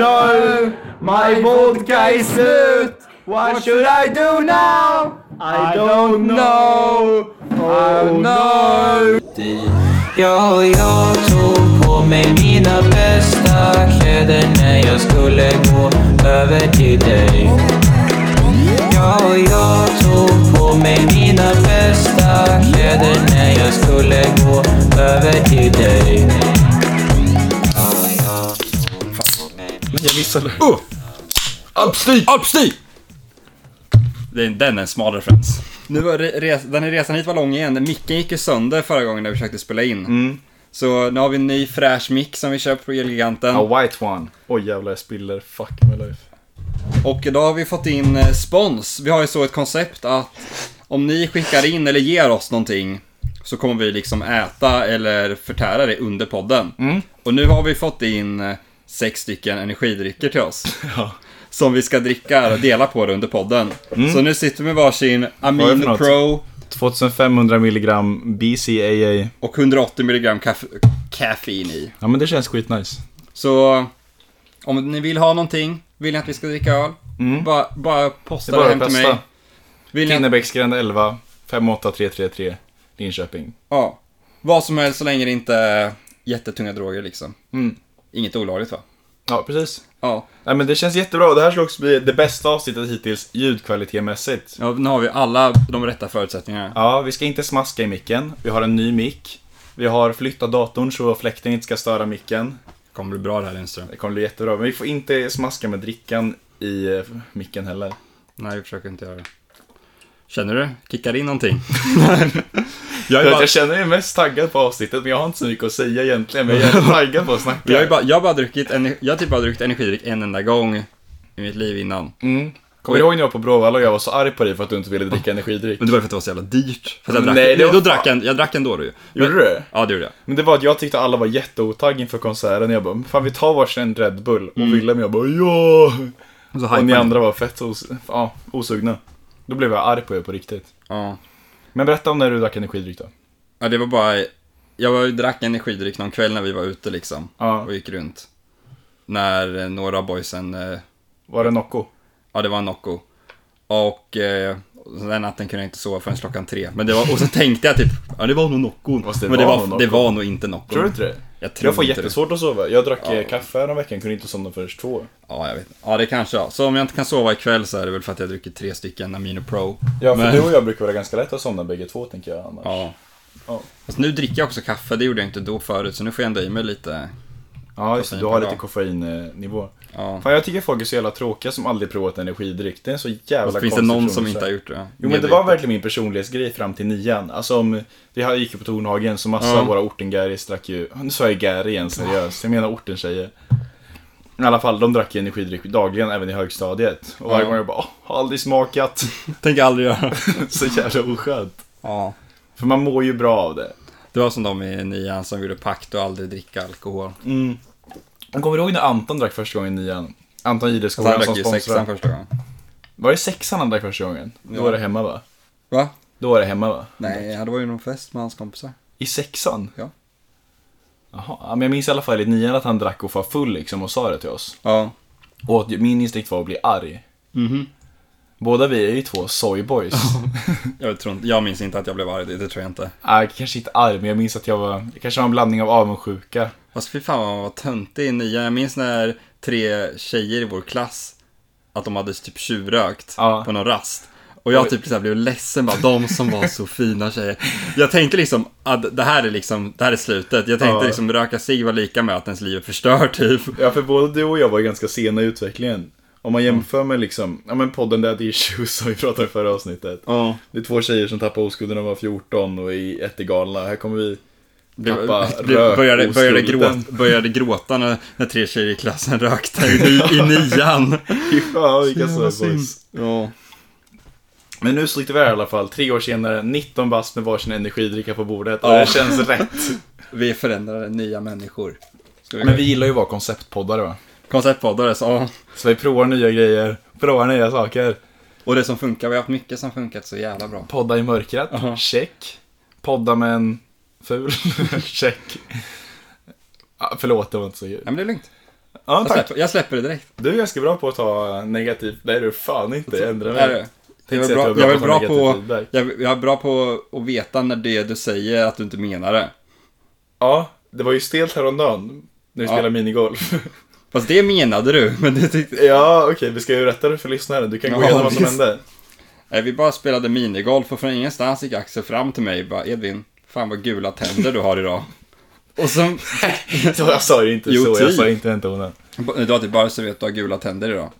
No, my vodka is slut. What should I do now? I don't know. Oh no. Ja, och jag tog på mig mina bästa kläder när jag skulle gå över till dig. Ja, och jag tog på mig mina bästa kläder när jag skulle gå över till dig. Ja, och jag tog på mig Jag missade. Uh! Absty! Absty! Det är, den är en smal referens. Nu var re, res, den här resan hit var lång igen. Micken gick ju sönder förra gången när vi försökte spela in. Så nu har vi en ny fräsch mick som vi köpt på Elgiganten. A white one. Oj jävlar, jag spiller. Fuck my life. Och idag har vi fått in eh, spons. Vi har ju så ett koncept att om ni skickar in eller ger oss någonting så kommer vi liksom äta eller förtära det under podden. Mm. Och nu har vi fått in eh, sex stycken energidrycker till oss. Ja. Som vi ska dricka och dela på det under podden. Så nu sitter vi med varsin Mm. är det för Amino något? Pro 2500 milligram BCAA. och 180 mg kaffe, kaffein i. Ja men det känns skitnice. Så om ni vill ha någonting, vill ni att vi ska dricka öl? Bara, bara posta Mm. Det är det, bara hem det till mig. bästa. Vill ni, Kinnerbäcksgränd 11, 58333, Linköping. ja, vad som helst så länge det inte är jättetunga droger liksom. Mm. Inget olagligt va? Ja, precis. Ja. Nej men det känns jättebra. Det här ska också bli det bästa avsnittet hittills ljudkvalitetmässigt. ja, nu har vi alla de rätta förutsättningarna. Ja, vi ska inte smaska i micken. Vi har en ny mick. Vi har flyttat datorn så fläkten inte ska störa micken. Det kommer bli bra det här Lindström. Det kommer bli jättebra. Men vi får inte smaska med drickan i eh, micken heller. Nej, vi försöker inte göra det. Känner du? Kickar in någonting? Jag, jag är bara, jag känner mig mest taggad på avsnittet, men jag har inte så mycket att säga egentligen. Men jag är taggad på att snacka. jag är bara, jag har bara druckit, ener- jag har typ bara druckit energidryck en enda gång i mitt liv innan. Mm. Kommer du ihåg när jag var på Bråvalla och jag var så arg på dig för att du inte ville dricka energidryck? Men det var ju för att det var så jävla dyrt. För att jag drack, Nej, Mm, nej, det var då fan- drack jag, jag drack ändå då ju. Gjorde Men- du det? Ja, det gjorde jag. Men det var att jag tyckte alla var jätteotagg inför konserten. Jag bara, "Men fan vi tar varsin en Red Bull. Och Willem och jag bara, ja! Och, så Och Mm. ni hypade- andra var fett os ja, osugna. Då blev jag arg på er på riktigt. Ja. Men berätta om när du drack energidryck då. ja, det var bara... Jag var, drack energidryck någon kväll när vi var ute liksom. Ja. Och gick runt. När eh, några av boysen... eh, Var det Nocco? Ja, det var en Nocco. Och... Eh, och den natten kunde jag inte sova förrän klockan tre. Men det var, och så tänkte jag typ, ja det var nog Nocco. Fast det Men det var var, nog Nocco. det var nog inte Nocco. Tror du inte det? Jag tror Jag får inte det. jättesvårt att sova. Jag drack eh, kaffe häromveckan, kunde inte somna förrän två. Ja, jag vet. Ja, det kanske jag. Så om jag inte kan sova ikväll så är det väl för att jag druckit tre stycken Amino Pro. Ja, för Men- du och jag brukar vara ganska lätt att somna bägge två, tänker jag annars. Ja. Ja. Fast nu dricker jag också kaffe, det gjorde jag inte då förut, så nu får jag ändå i mig lite. Ja, just det. Du har Koffein, lite ja. koffeinnivå. Ja. Fan, jag tycker folk är så jävla tråkiga som aldrig provat energidryck. Det är en så jävla Fast konstig finns det någon som personlighet. inte har gjort det? Jo, men det var verkligen min personlighetsgrej fram till nian. Alltså om... Vi hade- gick ju på Tornhagen, så massa Ja. av våra ortengäris drack ju... Nu sa jag gäri igen, seriöst. Jag menar ortentjejer. I alla fall, de drack ju energidryck dagligen, även i högstadiet. Och varje Ja. gång jag bara, "Åh, har aldrig smakat. Tänker aldrig göra. så jävla oskönt. ja. För man mår ju bra av det. Det var som de i nian som gjorde pakt och aldrig dricka alkohol. Jag kommer ihåg när Anton drack första gången i nian? Anton Så han Jihdeskolan som drack ju sexan sponsrar. första gången. Var det sexan han drack första gången? Då Ja. var det hemma va? Va? Då var det hemma va? Nej, ja, det var ju någon fest med hans kompisar. I sexan? Ja. Jaha, ja, men jag minns i alla fall i nian att han drack och var full liksom och sa det till oss. Ja. Och att min instinkt var att bli arg. Mhm. Båda vi är ju två soyboys. Jag, tror inte, jag minns inte att jag blev arg, det, det tror jag inte. Nej, Äh, kanske inte arg, men jag minns att jag var, jag kanske var en blandning av avundsjuka. Fast fy fan vad man var töntig i nian. Jag minns när tre tjejer i vår klass, att de hade typ tjuvrökt Ja. på någon rast. Och jag typ så här blev ledsen bara, de som var så fina tjejer. Jag tänkte liksom att det här är liksom, det här är slutet. Jag tänkte Ja. liksom röka sig var lika med att ens liv är förstört typ. Ja, för både du och jag var ju ganska sena i utvecklingen. Om man jämför med liksom, ja men podden Daddy Issues som vi pratade i förra avsnittet. Ja. Det är två tjejer som tappar oskulden när de var 14 och är jättegalna. Här kommer vi tappa Blev, blev, började, började, rökoskulden. gråta, började gråta när, när tre tjejer i klassen rökte i, i nian. Ja, vilka soyboys. Ja. Men nu sitter vi här i alla fall, tre år senare, 19 bast med varsin energidricka på bordet och Ja. det känns rätt. Vi förändrade nya människor. Ska vi Men vi gillar ju att vara konceptpoddare va? Konceptpoddare, så ja. Så vi provar nya grejer, provar nya saker. Och det som funkar, vi har haft mycket som funkat så jävla bra. Podda i mörkret, Aha. check. Podda med en ful, check. Ah, förlåt, det var inte så kul. Nej men det är lugnt. Ja, Jag tack. släpper, jag släpper det direkt. Du är ganska bra på att ta negativt. Nej, du är fan inte. Ändra Alltså, Är det? mig. Äh, Jag Tänkte säga är att bra, jag är att ta bra negativt på, feedback. jag, jag är bra på att veta när det du säger att du inte menar det. Ja, det var ju stelt häromdagen. När vi Ja. spelade minigolf. Fast det menade du, men du tyckte... ja, okej, vi ska ju rätta det för lyssnaren. Du kan gå Ja, igenom vad som visst. hände. Nej, vi bara spelade minigolf och från ingenstans gick Axel fram till mig och bara Edvin, fan vad gula tänder du har idag. och sen, Jag sa ju inte Jo, så. Jag typ. sa inte den tonen. du har typ bara så vet du har gula tänder idag.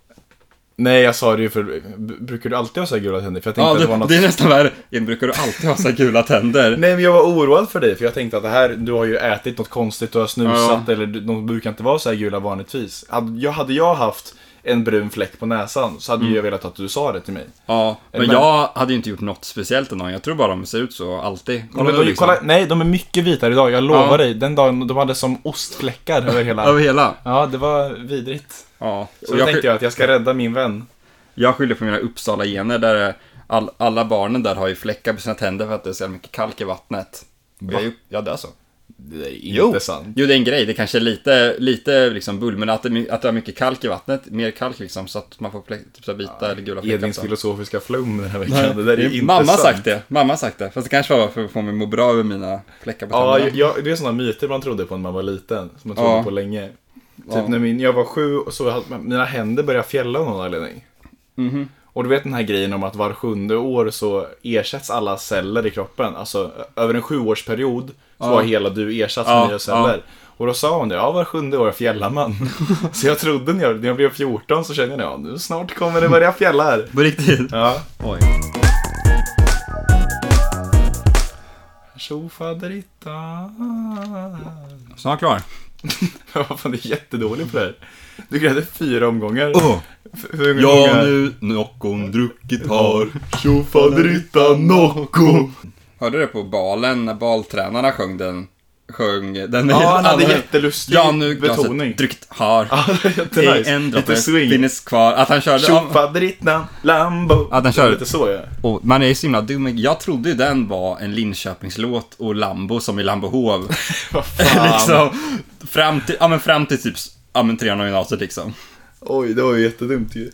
Nej, jag sa det ju för... b- Brukar du alltid ha så här gula tänder? För jag tänkte Ja, att det var det, något... det är nästan värre. Edvin, brukar du alltid ha så här gula tänder? Nej, men jag var oroad för dig. För jag tänkte att det här, du har ju ätit något konstigt. Du har snusat eller du- de brukar inte vara så här gula vanligtvis. Hade jag, hade jag haft en brun fläck på näsan så hade ju jag velat att du sa det till mig. Mm. Ja, men Men- jag hade ju inte gjort något speciellt än någon. Jag tror bara de ser ut så alltid. Ja, Kolla men nu de, liksom. kolla, nej, de är mycket vitare idag, jag lovar Ja. dig. Den dagen de hade som ostfläckar över hela... Över hela. Ja, det var vidrigt. Ja. Så Och då jag, tänkte sky- jag att jag ska rädda min vän. jag skyller på mina Uppsala-gener där det- all, alla barnen där har ju fläckar på sina tänder för att det är så jävla mycket kalk i vattnet. Och Jag, är ju- ja, det är så. Det är inte Jo. sant. Jo, det är en grej. Det kanske är lite, lite liksom bull, men att det, my- att det är mycket kalk i vattnet, mer kalk liksom, så att man får fläck, typ så här vita eller gula fläckar. Edvins så. Eh, filosofiska flum den här veckan. Det där är inte alltså. Mamma har sant. sagt det, mamma har sagt det. Fast det kanske var för att få mig att må bra över mina fläckar på Ja, tänderna. jag, jag- det är sådana myter man trodde på när man var liten. Som man trodde Ja. på länge. Typ Ja. när min, jag var sju och så hade mina händer började fjälla av någon anledning. Mhm. Och du vet den här grejen om att var sjunde år så ersätts alla celler i kroppen. Alltså ö- över en sjuårsperiod så har hela du ersatts Ja, med nya celler. Och då sa hon det, ja var sjunde år fjällar man. så jag trodde när jag, när jag blev 14 så kände jag, ja nu snart kommer det börja fjälla här. På riktigt? Ja. Oj. Tjofaderittan. Snart klar. Vad fan, det är jättedålig på det här. Du grädde fyra omgångar. Oh. F- hur många Ja gånger? nu någon druckit har Tjofaderittan Nocco. Hörde du det på balen när baltränarna sjöng den? Sjöng den Ja, han hade alla- jättelustig Ja nu betoning. glaset druckit har Ja, det är Ej jättenice. en droppe Lite swing. finns kvar Att han körde ja, Tjofaderittan Lambo. Ja, den Det kör. är Lite så ja. och Man är ju så himla dum Jag trodde ju den var en Linköpingslåt och Lambo som i Lambohov Vad fan. Liksom Fram till, ja men fram till typ Ja men trean av gymnasiet liksom Oj, det var ju jättedumt ju.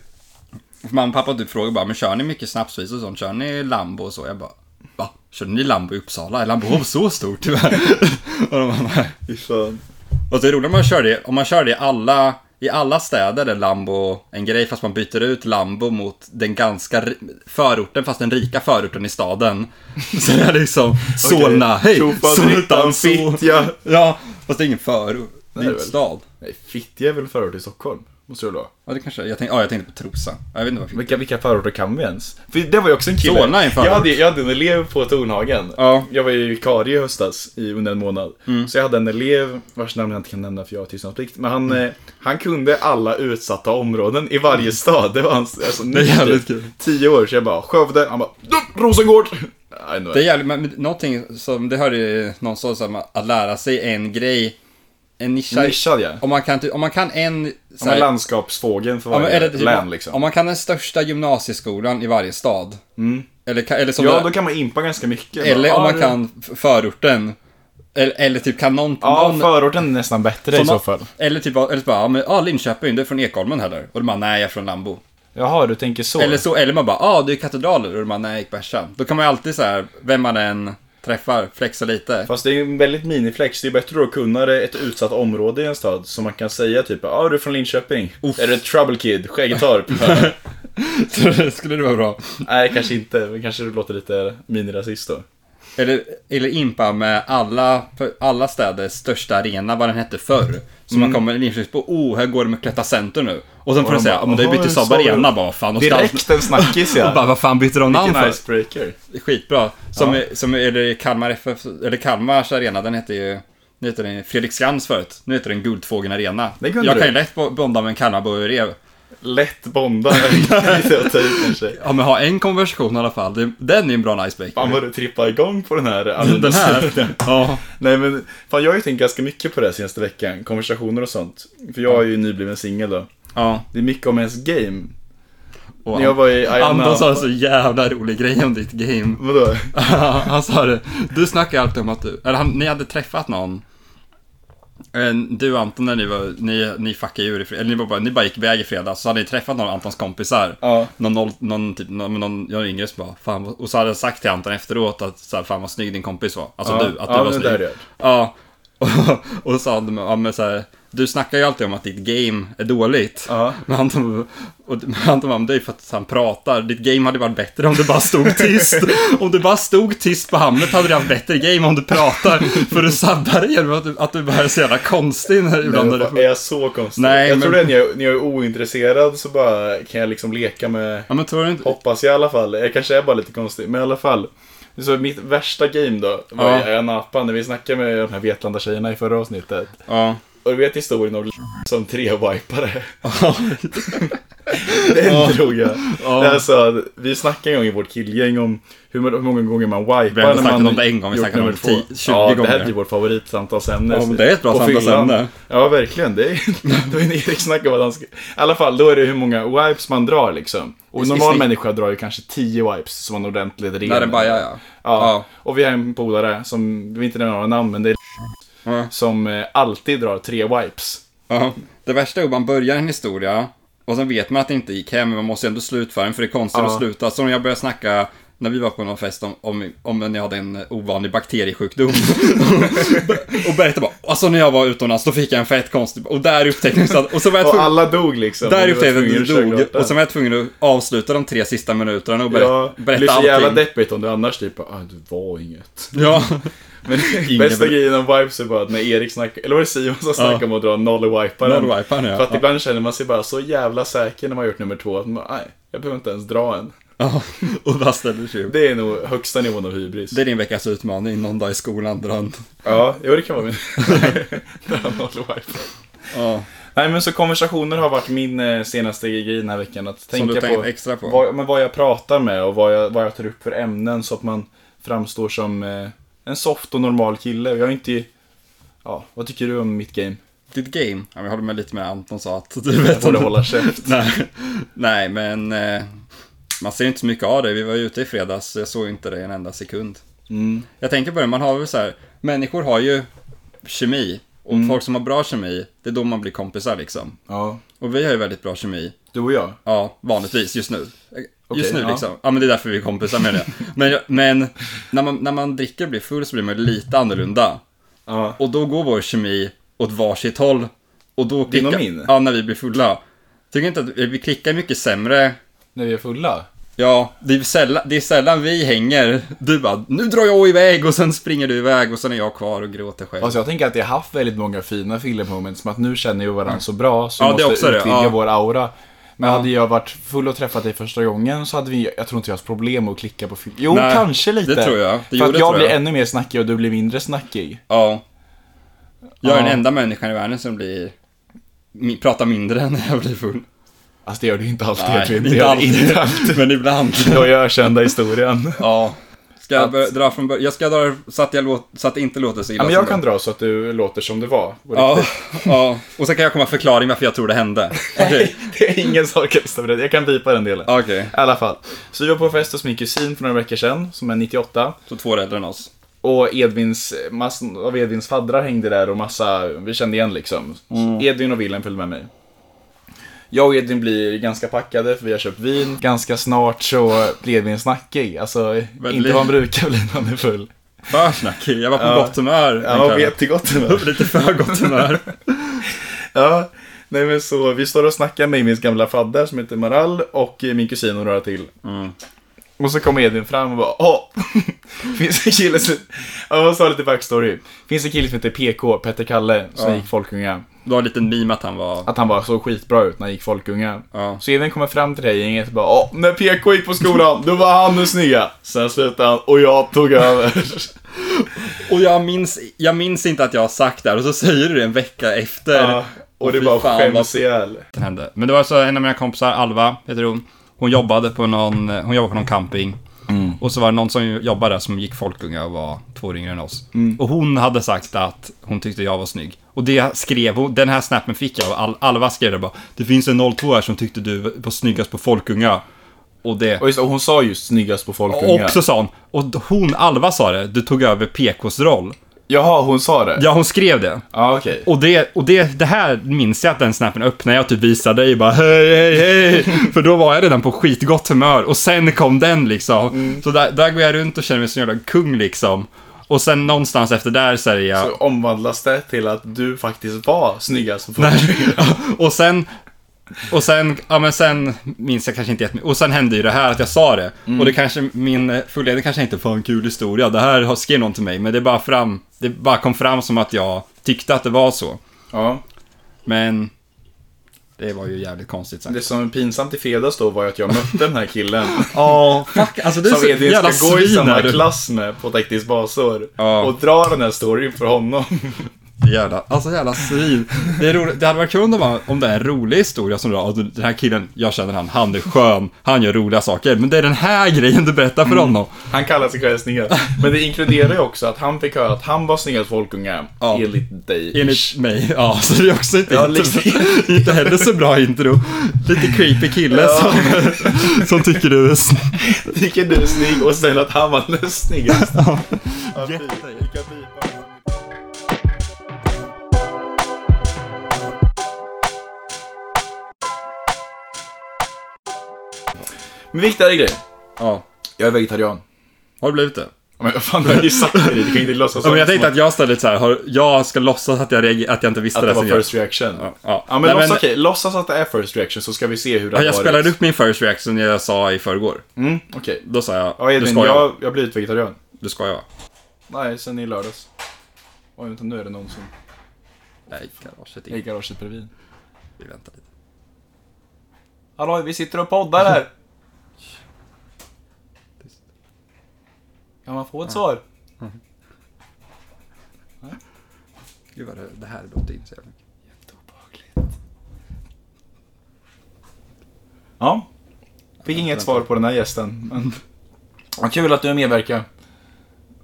För Mamma och pappa typ frågade bara Men kör ni mycket snapsvisor och sånt? Kör ni Lambo och så? Jag bara Va? Körde ni Lambo i Uppsala? Är Lambohov så stort tyvärr? och de bara nej Fy fan. Och så är det roligt om man kör det, om man kör det i alla, i alla städer är Lambo en grej fast man byter ut Lambo mot den ganska ri- förorten fast den rika förorten i staden. Så det är liksom Solna, hej! Tjofaderittan Sol- Fittja. Ja, fast det är ingen förort, det är Nej, en väl. stad. Nej, Fittja är väl förort i Stockholm? Måste det väl vara? Ja, det kanske är. jag tänkte, ja, jag tänkte på Trosa. Ja, Jag vet inte varför. Vilka, vilka förorter kan vi ens? För det var ju också en kille. Solna är en förort. jag, hade, jag hade en elev på Tornhagen. Ja. Mm. Jag var ju vikarie i höstas i under en månad. Så jag hade en elev, vars namn jag inte kan nämna för jag har tystnadsplikt. Men han, Mm. eh, han kunde alla utsatta områden i varje stad. Det var hans, alltså, det är jävligt kul. Tio år, så jag bara, Skövde, han bara, "Du, Rosengård! Nej, nu är Det är det. jävligt, men men någonting som, det hörde ju någon sa, så här, att lära sig en grej, en nischad, Nischad ja. om man kan, ty- om man kan en, så Han är här, landskapsfågeln för Ja, men varje eller typ, län liksom. Om man kan den största gymnasieskolan i varje stad. Eller, ka- eller, som Mm. ja, det, då kan man impa ganska mycket. eller Bara, om "Ja, man du- kan f- förorten. Eller, eller typ kan någon... Ja, någon förorten är nästan bättre i som så någon- fall. Eller typ bara- eller så bara, ja, men, ah, Linköping, du är från Ekholmen heller. Och de bara, nej jag är från Lambo. Jaha, du tänker så. Eller så, eller man bara, ah du är katedraler. Och de bara, nej jag gick Bärsa. Då kan man ju alltid så här, vem man än träffar, flexa lite. Fast det är ju en väldigt miniflex. Det är bättre då att kunna det ett utsatt område i en stad. Så man kan säga typ, ja ah, du är från Linköping. Är du trouble kid? Skäggetorp? Skulle det vara bra. Nej, kanske inte. Men kanske du låter lite minirasist då. Eller, eller impa med alla, för alla städers största arena, vad den hette förr. Så man kommer Linköping på, oh, här går det med Cloetta Center nu. Och sen Mm. får de du säga, bara, ja men det "Jaha, bytte hur Saab sa du?" Arena bara, fan. Och Direkt en snackis Och bara, ja. vad fan byter de namn Vilken för? icebreaker. Skitbra. Som, som eller Kalmar FF, eller Kalmars arena, den hette ju, nu heter den Fredriksskans förut. Nu heter den Guldfågeln Arena. Det kunde jag du. kan ju lätt bo- bonda med en Kalmarbo och rev. Lätt bonda. Lite att ta i, kanske. Ja men ha en konversation i alla fall, Det- den är ju en bra icebreaker. Fan vad du trippar igång på den här. Den här? Ja. Nej men, fan jag har ju tänkt ganska mycket på det här senaste veckan. Konversationer och sånt. För jag är ju nybliven singel då. Ja. Det är mycket om ens game. Och När jag var i Iona... Anton sa en så jävla rolig grej om ditt game. Vadå? han sa det, du snackar alltid om att du, eller han, ni hade träffat någon Eh, Du Anton, när ni, var, ni, ni fuckade ju ur i fred- eller ni, var bara, ni bara gick iväg i fredags, så hade ni träffat någon av Antons kompisar. Ja. Någon, noll- någon, typ, någon, någon, någon yngre som bara, fan, vad-" och så hade jag sagt till Anton efteråt att så här, fan vad snygg din kompis var. Alltså Ja. du, att Ja, du var men snygg. där är det. Ja, och, och så hade man, ja, men så här, du snackar ju alltid om att ditt game är dåligt. Ja. Men Anton, och men Anton bara, "Men det är ju för att han pratar. Ditt game hade varit bättre om du bara stod tyst. om du bara stod tyst på hamnet hade du haft bättre game om du pratar. För du sabbar det genom att du, att du bara är så jävla konstig när, ibland. när Eh, Är du, jag så konstig? Nej, jag men- tror det är när jag, när jag är ointresserad så bara kan jag liksom leka med ja men tror du inte? Hoppas jag i alla fall. Jag kanske är bara lite konstig, men i alla fall. Så mitt värsta game då var Ja. i Napa när vi snackade med de här Vetlanda-tjejerna i förra avsnittet. Ja. Och du vet historien om som trevipare? Den drog jag. Alltså, vi snackade en gång i vårt killgäng om hur må- hur många gånger man wipar. Vi har när inte snackat man om det en gång, vi gjort snackade om nummer det två. 10, 20 ja, Det här gånger. är typ vårt favoritsamtalsämne. Ja, men det är ett bra På samtalsämne. fyllan. Ja, verkligen. Det är, det var en Erik snack om att han ska... I alla fall, då är det hur många wipes man drar liksom. Och en I normal snitt. människa drar ju kanske 10 wipes som en ordentlig ren. När det bajar ja. Ja, och vi har en polare som, vi vill inte nämna några namn, men det är Ja. som eh, alltid drar tre wipes. Ja. Det värsta är att man börjar en historia och sen vet man att det inte gick hem, men man måste ändå slutföra den för det är konstigt Ja. att sluta. Som när jag började snacka när vi var på någon fest om, om, om när jag hade en ovanlig bakteriesjukdom. och berättade bara, alltså när jag var utomlands då fick jag en fett konstig, och där upptäckte jag att, och så var jag Och tvungen, alla dog liksom. där Vi var upptäckte tvungna jag att att du köra dog, klart den. och så var jag tvungen att avsluta de tre sista minuterna och berätta, Ja, det blir berätta så allting. jävla deppigt om du annars typ bara, ah, du var inget. ja, Men Ingen bästa vill- grejen om vibes är bara att när Erik snackar, eller var det Simon som snackade om att dra noll-wiparen? nollwiparen För att ja. ibland känner man sig bara så jävla säker när man har gjort nummer två, att man, nej, jag behöver inte ens dra en. ja. Och bara ställer sig upp. Det är nog högsta nivån av hybris. Det är din veckas utmaning, någon dag i skolan drar en- Ja, jo det kan vara min. Dra noll-wiparen. Ja. Nej men så konversationer har varit min eh, senaste grej den här veckan. Att Som du tänka tänkt på, extra på? Vad, men vad jag pratar med och vad jag, vad jag tar upp för ämnen så att man framstår som eh, en soft och normal kille. Jag är inte... Ja, vad tycker du om mitt game? Ditt game? Ja, men jag håller med lite med Anton sa att du vet Jag borde hålla käft. Nej, nej, men eh, man ser inte så mycket av dig. Vi var ju ute i fredags, så jag såg inte dig en enda sekund. Mm. Jag tänker på det, man har väl så här, människor har ju kemi. Och Mm. folk som har bra kemi, det är då man blir kompisar liksom. Ja, Och vi har ju väldigt bra kemi. du och jag. Ja, vanligtvis just nu. Just Okej, nu ja. liksom. Ja, men det är därför vi är kompisar med det. Men, jag- men när, man, när man dricker och blir full så blir man lite annorlunda. Ja. Och då går vår kemi åt varsitt håll. Och då Din och klickar... min? Ja, när vi blir fulla. Tycker inte att vi klickar mycket sämre. När vi är fulla. Ja, det är, sällan, det är sällan vi hänger. Du bara, nu drar jag iväg och sen springer du iväg och sen är jag kvar och gråter själv. Alltså jag tänker att jag har haft väldigt många fina filler moments, men att nu känner vi varandra så bra så Mm. Ja, det är måste också det, utvidga ja. vår aura. Men hade jag varit full och träffat dig första gången så hade vi, jag tror inte jag haft problem med att klicka på film. Jo, Nej, kanske lite. det tror jag. Det för gjorde att jag tror blir jag. ännu mer snackig och du blir mindre snackig. ja. Jag är Ja. den enda människan i världen som blir... mi- Pratar mindre när jag blir full. Alltså det gör du inte alltid. jag Nej, tror inte, det gör du alltid. Inte alltid. Men ibland. Det var ju ökända historien. Ja. Ska jag Att- börja dra från början? Jag ska dra så att, jag låt, så att det inte låter så illa Ja, men som jag det- kan dra så att du låter som du var. på Ja, riktigt. ja. Och sen kan jag komma med förklaring varför jag tror det hände. Okej. Det är ingen sarkasm över det. Jag kan bipa den delen. Okej. I alla fall. Så vi var på fest hos min kusin för några veckor sedan, som är 98. Så två år äldre än oss. Och Edvins, massor av Edvins faddrar hängde där och massa, vi kände igen liksom. Edvin och Willem följde med mig. Jag och Edvin blir ganska packade för vi har köpt vin. Ganska snart så blir Edvin snackig. Alltså, inte vad han brukar bli när han är full. För snackig. Jag var på Ja. gott humör. den Ja, kvällen. jättegott humör. Lite för gott humör. Ja, nej men så vi står och snackar med min gamla fadder som heter Maral och eh, min kusin och några till. Mm. Och så kommer Edvin fram och bara åh, finns en kille som, ja vad sa lite backstory. Finns en kille som heter PK, Petter Kalle, som gick Folkunga. Det var en liten meme att han var... Att han bara såg skitbra ut när han gick Folkunga. Ja. Så Edvin kommer fram till det här gänget och bara åh, när PK gick på skolan, då var han den snygga. Sen slutade han och jag tog över. Och jag minns, jag minns inte att jag har sagt det här och så säger du det en vecka efter. Ja, och det fy bara fan, alltså. vad skäms ihjäl. det hände. Men det var så en av mina kompisar, Alva heter hon. Hon jobbade på någon, hon jobbade på någon camping. Och så var det någon som jobbade där som gick Folkunga och var två år yngre än oss. Och hon hade sagt att hon tyckte jag var snygg. Och det skrev hon, den här snappen fick jag av Al- Alva skrev det bara. Det finns en 02 här som tyckte du var snyggast på Folkunga. Och det... Och, just, och hon sa just snyggast på Folkunga. Och så sa hon, och hon, Alva sa det, du tog över PKs roll. Jaha, hon sa det? Ja, hon skrev det. Ja, okej. Och, det, och det, det här minns jag att den snappen öppnade jag typ visade dig bara hej, hej, hej. För då var jag redan på skitgott humör och sen kom den liksom. Så där, där går jag runt och känner mig som en jävla kung liksom. Och sen någonstans efter där säger jag... Så omvandlas det till att du faktiskt var snyggast på och sen... Och sen, ja men sen minns jag kanske inte jättemycket. Och sen hände ju det här att jag sa det. Och det kanske, min eh, fullledning kanske inte var en kul historia. Det här har- skrev någon till mig, men det bara fram, det bara kom fram som att jag tyckte att det var så. Ja. Men det var ju jävligt konstigt sagt. Det som är pinsamt i Fedas då var ju att jag mötte den här killen. Ja, fuck. Alltså du är som så Edvin jävla ska gå i svin samma är du. klass med på tekniskt basår. Ja. Och dra den här storyn för honom. Jävla, alltså jävla svin. Det, är roligt. det hade varit kul om det, var, om det är en rolig historia som du har. Och Den här killen, jag känner han, han är skön, han gör roliga saker. Men det är den här grejen du berättar för Mm. honom. Han kallar sig själv snyggast. Men det inkluderar ju också att han fick höra att han var snyggast på Folkunga. Ja. Enligt dig. Enligt mig, ja. Så det är också inte, Ja, liksom. inte, inte heller så bra intro. Lite creepy kille som, som tycker du är snygg. Tycker du är snygg och sen att han var den snyggaste. Ja, fy. Jätte. Vilka pipar. Men viktigare grej. Ja, Jag är vegetarian. har du blivit det? Ja, Men vad fan, du har ju sagt det. Du kan ju inte låtsas Ja, men jag som tänkte att jag ställde så här, har, jag ska låtsas att jag, reager- att jag inte visste att det det. var sen jag- first reaction. Ja, Ja, ja. men, Nej, låtsas, men- okej, låtsas att det är first reaction så ska vi se hur det Ja, har jag varit. spelade upp min first reaction jag sa i förrgår. Mm, okej. Då sa jag, Ja, du Edvin, skojar, jag, jag har blivit vegetarian. du skojar va? Nej, sen i lördags. Oj, vänta, nu är det någon som... Nej, garaget I in. garaget bredvid. Vi väntar lite. Hallå, vi sitter och poddar här. Kan man få ett svar? Gud vad det, det här låter in så jävla mycket. Ja. Fick inget svar på den här gästen, men... Vad kul att du medverkar.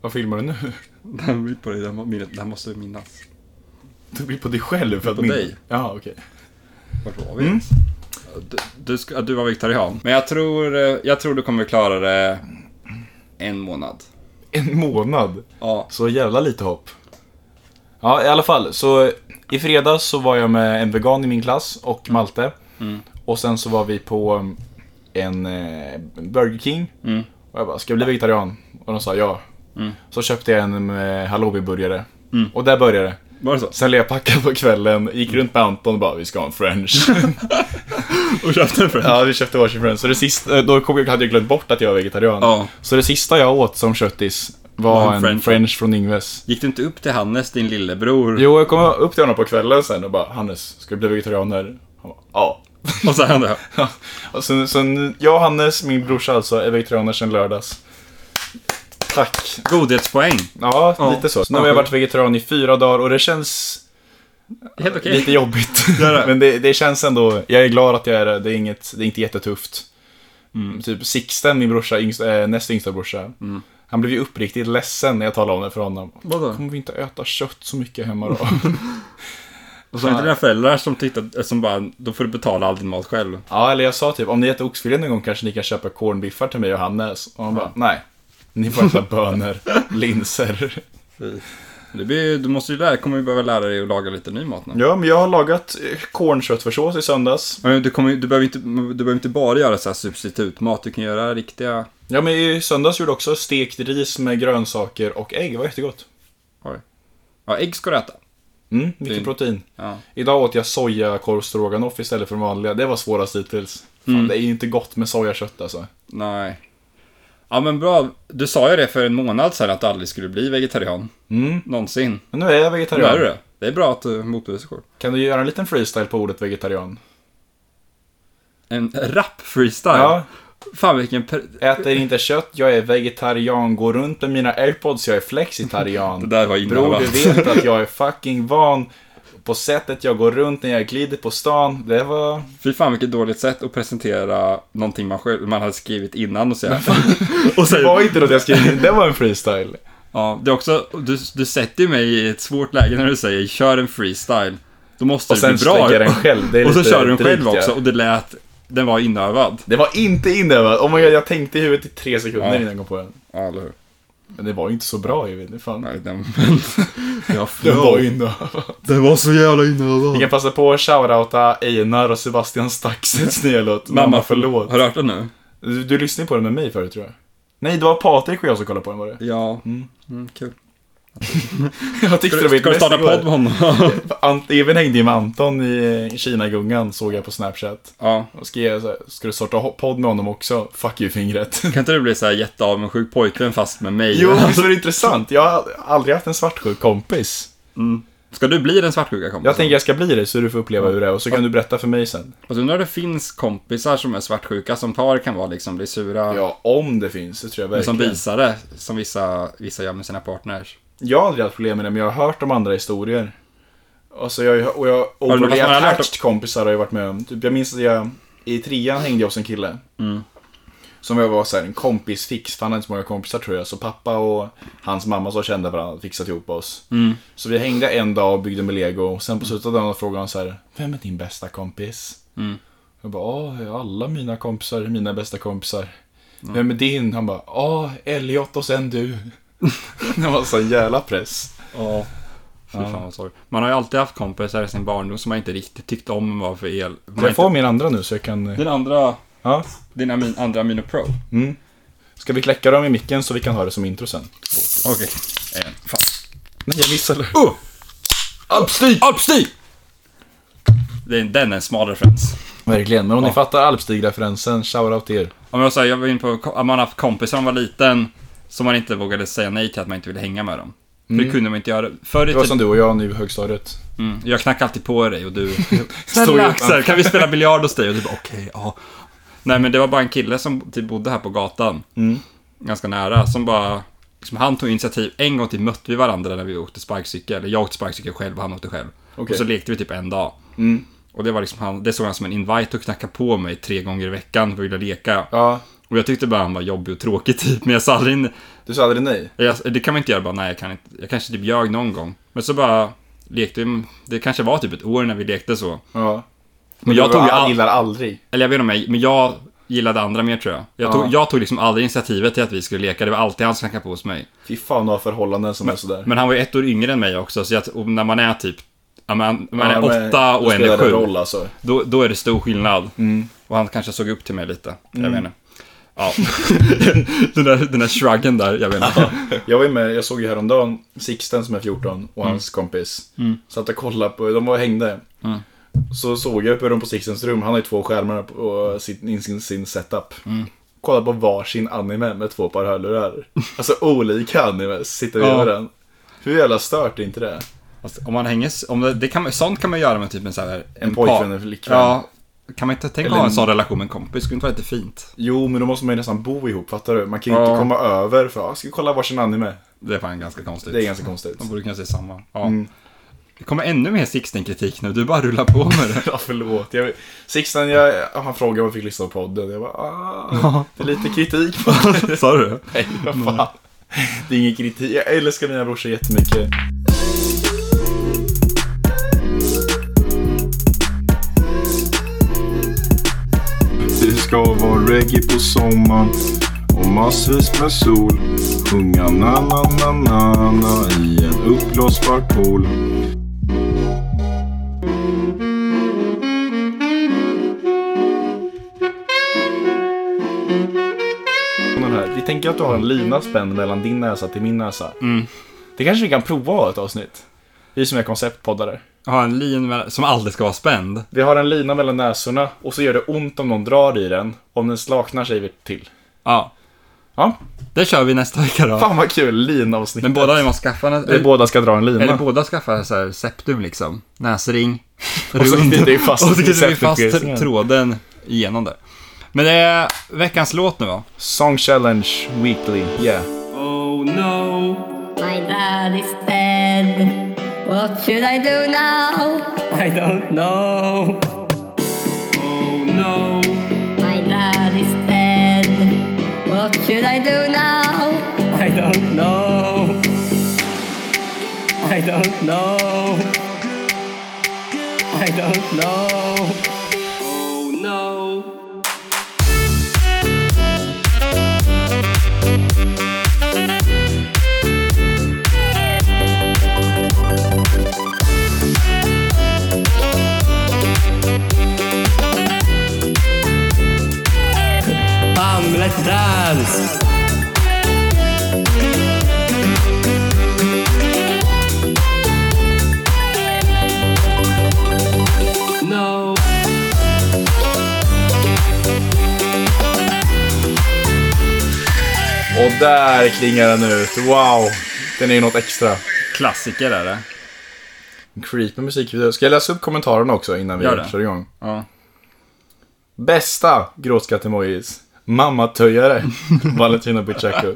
Vad filmar du nu? Det här var mitt på dig, det här må- minnet- det här måste minnas. Du blir på dig själv för att På min- dig. Ja, okej. Vart var vi ens? du, du, ska- du var vegetarian. Men jag tror, eh, jag tror du kommer klara det en månad. En månad. Ja. Så jävla lite hopp. Ja, i alla fall. Så i fredags så var jag med en vegan i min klass och Malte. Och sen så var vi på um, en eh, Burger King. Och jag bara, ska jag bli vegetarian? Och de sa ja. Så köpte jag en eh, halloumiburgare. Och där började det. Var det så? Sen låg jag packad på kvällen, gick runt med Anton och bara, vi ska ha en french. Och köpte den för ja, vi köpte varsin french. Så det sista, då kom jag, hade jag glömt bort att jag var vegetarian. Ja. Så det sista jag åt som köttis var en french, från Ingves. Gick du inte upp till Hannes, din lillebror? Jo, jag kom upp till honom på kvällen sen och bara, Hannes, ska du bli vegetarianer? Han bara, ja. Och så hände det. Och sen, sen, jag och Hannes, min brorsa alltså, är vegetarianer sedan lördags. Tack. Godhetspoäng. Ja, lite så. Så nu har jag varit vegetarian i fyra dagar och det känns Helt okej. lite jobbigt. Gör det. Men det, det känns ändå, jag är glad att jag är det. Det är, inget, det är inte jättetufft. Typ Sixten, min brorsa, yngst, äh, näst yngsta brorsa. Han blev ju uppriktigt ledsen när jag talade om det för honom. Vadå? Kommer vi inte äta kött så mycket hemma då? Och så är det dina föräldrar som tittade, som bara, då får du betala all din mat själv. Ja, eller jag sa typ om ni äter oxfilé någon gång kanske ni kan köpa cornbiffar till mig och Hannes. Och han bara, nej. Ni får äta bönor, linser. Det blir, ju- du måste ju lära, kommer ju behöva lära dig att laga lite ny mat nu. Ja, men jag har lagat eh, cornköttfärssås i söndags. Men du, kommer, ju- du, behöver inte, du behöver inte bara göra så här substitutmat, du kan göra riktiga... Ja, men i söndags gjorde jag också stekt ris med grönsaker och ägg. Det var jättegott. Oj. Ja, ägg ska du äta. Mm, mycket Fint. protein. Ja. Idag åt jag sojakorv stroganoff istället för den vanliga. Det var svårast hittills. Fan, Mm. det är ju inte gott med sojakött alltså. Nej. Ja men bra, du sa ju det för en månad sedan att du aldrig skulle bli vegetarian. Mm. Någonsin. Men nu är jag Nu vegetarian. är du det. Det är bra att du motbevisar kort. Kan du göra en liten freestyle på ordet vegetarian? En rap-freestyle. Ja. Fan vilken... Per... Äter inte kött, jag är vegetarian, går runt med mina airpods, jag är flexitarian. Det där var alltså. innan Bror, va? du vet att jag är fucking van på sättet jag går runt när jag glider på stan. Det var... Fy fan vilket dåligt sätt att presentera någonting man själv, man hade skrivit innan och säga. och Det säga var inte något jag skrev in, det var en freestyle. ja, det är också, du, du sätter ju mig i ett svårt läge när du säger kör en freestyle. Då måste Och det sen bli bra. släcker jag den själv. Det är och så lite kör du den drygt, själv ja. också och det lät, den var inövad. Det var inte inne va? Oh my god, jag tänkte i huvudet i tre sekunder Ja. innan jag kom på den. Ja, eller hur. Men det var ju inte så bra, jag vet inte fan. Nej, den... ja, Det var ju förlåt. inte... Det var så jävla Vi kan inövad. passa på att shoutouta Einar och Sebastian Staxets nya låt, Mamma förlåt. Har du hört den nu? Du, du lyssnade på den med mig förut tror jag. Nej, det var Patrik och jag som kollade på den var det? Ja. Mm, kul. Jag tyckte Ska det var du, ska bäst du starta igår. podd med honom? Ant, Even hängde ju med Anton i Kina-gungan, såg jag på Snapchat. ja. Och skrev så här, ska du starta ho- podd med honom också? Fuck you fingret. Kan inte du bli såhär jätteavundsjuk pojkvän fast med mig? jo, visst var det intressant? Jag har aldrig haft en svartsjuk kompis. Ska du bli den svartsjuka kompisen? Jag tänker jag ska bli det så du får uppleva hur det är och så kan du berätta för mig sen. Fast undrar om Alltså, det finns kompisar som är svartsjuka som tar kan vara liksom, bli sura. Ja, om det finns, det tror jag men som verkligen. visar det, som vissa, vissa gör med sina partners. Jag har aldrig haft problem med det, men jag har hört om andra historier. Alltså jag, och jag, du och något jag som man har lärt attached kompisar har jag varit med om. Typ, jag minns att jag, i trean hängde jag hos en kille. Mm. Som jag var så här, en kompisfix, för han hade inte så många kompisar tror jag. Så pappa och hans mamma som kände varandra hade fixat ihop oss. Mm. Så vi hängde en dag och byggde med lego. Och sen på slutet av dagen frågade han så här, vem är din bästa kompis? Mm. Jag bara, åh, alla mina kompisar är mina bästa kompisar. Mm. Vem är din? Han bara, åh, Elliot och sen du. det var sån jävla press. Ja. Fy fan vad sorg. Man har ju alltid haft kompisar i sin barndom som man inte riktigt tyckte om var för el. Man Jag får inte... min andra nu så jag kan... Din andra, Ja. din amin, andra Amino Pro. Ska vi kläcka dem i micken så vi kan ha det som intro sen? Okej. En. Eh, Fan. Nej, jag missade. Abstig! Abstig! Det är, den är en smal referens. Verkligen, men om ni fattar Alpstig-referensen, shoutout till er. Om jag säger, jag var inne på, om man har haft kompisar när man var liten som man inte vågade säga nej till att man inte ville hänga med dem. För Mm. det kunde man inte göra. Förr i Det var tiden, som du och jag nu i högstadiet. mm, jag knackade alltid på dig och du... ju Snälla utanför. Axel, kan vi spela biljard hos dig? Och du bara, okej, ja. Nej men det var bara en kille som typ bodde här på gatan. Mm. Ganska nära, som bara... Liksom, han tog initiativ. En gång till mötte vi varandra när vi åkte sparkcykel. Eller jag åkte sparkcykel själv och han åkte själv. Okej. Mm. Och så lekte vi typ en dag. Och det var liksom han, det såg han som en invite och knacka på mig tre gånger i veckan för att vilja leka. Ja, Och jag tyckte bara han var jobbig och tråkig typ, men jag sa aldrig in- du sa aldrig nej? jag, Det kan man inte göra bara, nej jag kan inte. Jag kanske typ ljög någon gång. Men så bara lekte vi, det kanske var typ ett år när vi lekte så. Ja. Men jag Du tog ju all- all, gillar aldrig. eller jag vet inte om jag, men jag gillade andra mer tror jag. Jag tog, Ja. jag tog liksom aldrig initiativet till att vi skulle leka, det var alltid han som knackade på hos mig. Fy fan att ha förhållanden som är sådär. Men han var ju ett år yngre än mig också, så jag, och när man är typ, ja, man, man Ja, är men åtta och då en spelar är det sju. roll Mm. alltså. då, då är det stor skillnad. Och han kanske såg upp till mig lite. Mm. Jag vet inte. Ja. den, där, den där shruggen där, jag vet inte. Jag var ju med, jag såg ju häromdagen Sixten som är 14 och Mm. hans kompis. Satt och kollade på, de var och hängde. Mm. Så såg jag på dem på Sixtens rum, han har ju två skärmar på sin, sin, sin setup. Mm. Kollade på varsin anime med två par hörlurar. Alltså olika anime, sitter vi Ja. över den. Hur jävla stört är inte det? Alltså, om man hänger, s- om det, det kan, man- sånt kan man göra med typ en så här, En par- pojkvän eller flickvän. Ja. Kan man inte tänka Eller ha en en- sån relation med en kompis? Skulle inte vara lite fint? Jo, men då måste man ju nästan bo ihop, fattar du? Man kan ju Ja. inte komma över för, ah, ska vi kolla varsin anime? Det är fan ganska konstigt. Det är ganska Mm. konstigt. De borde kunna säga samma. Ja. Det kommer ännu mer Sixten-kritik nu, du bara rullar på med det. Ja, förlåt. Jag, Sixten, jag, han frågade om jag fick lyssna på podden. Jag bara, ah, det är lite kritik på det. Sa du det? Nej, vad fan. Det är ingen kritik. Jag älskar mina brorsor jättemycket. Det ska vara reggae på sommaren och massvis med sol. Sjunga na-na-na-na-na i en uppblåsbar pool. Den här. Vi tänker att du har en lina spänd mellan din näsa till min näsa. Mm. Det kanske vi kan prova ett avsnitt. Vi som är konceptpoddare. Ha en lin med, som aldrig ska vara spänd. Vi har en lina mellan näsorna och så gör det ont om någon drar i den. Om den slaknar säger vi till. Ja. Ja, Det kör vi nästa vecka då. fan vad kul. Linavsnitt. Men båda måste skaffa en... Eller båda ska dra en Eller lina. båda skaffar så här septum liksom. Näsring. Och så knyter vi fast och så knyter vi fast septumknuten. tråden igenom där. Men det är veckans låt nu va? Song Challenge Weekly. Yeah. My dad is dead. What should I do now? I don't know. Oh no. My dad is dead. What should I do now? I don't know. I don't know. I don't know. Oh no. Thank hjärtans No Och där klingar den ut. Wow! Den är ju något extra. Klassiker är det. Creepy musikvideo. Ska jag läsa upp kommentarerna också innan vi Gör det. kör igång? Ja. Bästa gråtskatt-emojis. Mammatöjare. Valentina Butchaku.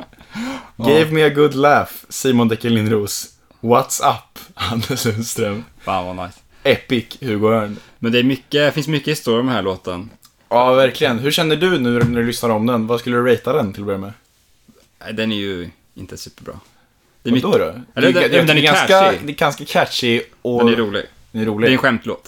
Gave me a good laugh. Simon Dekelin Ros. What's up? Anders Lundström. Fan vad nice. Epic Hugo Örn. Men det är mycket, finns mycket historia om den här låten. Ja, verkligen. Hur känner du nu när du lyssnar om den? Vad skulle du ratea den till att börja med? Nej, Den är ju inte superbra. Det är Vadå då? mycket, Eller den- det, den är ganska, catchy. det är ganska catchy och... den är rolig. Den är Det är rolig. en skämtlåt.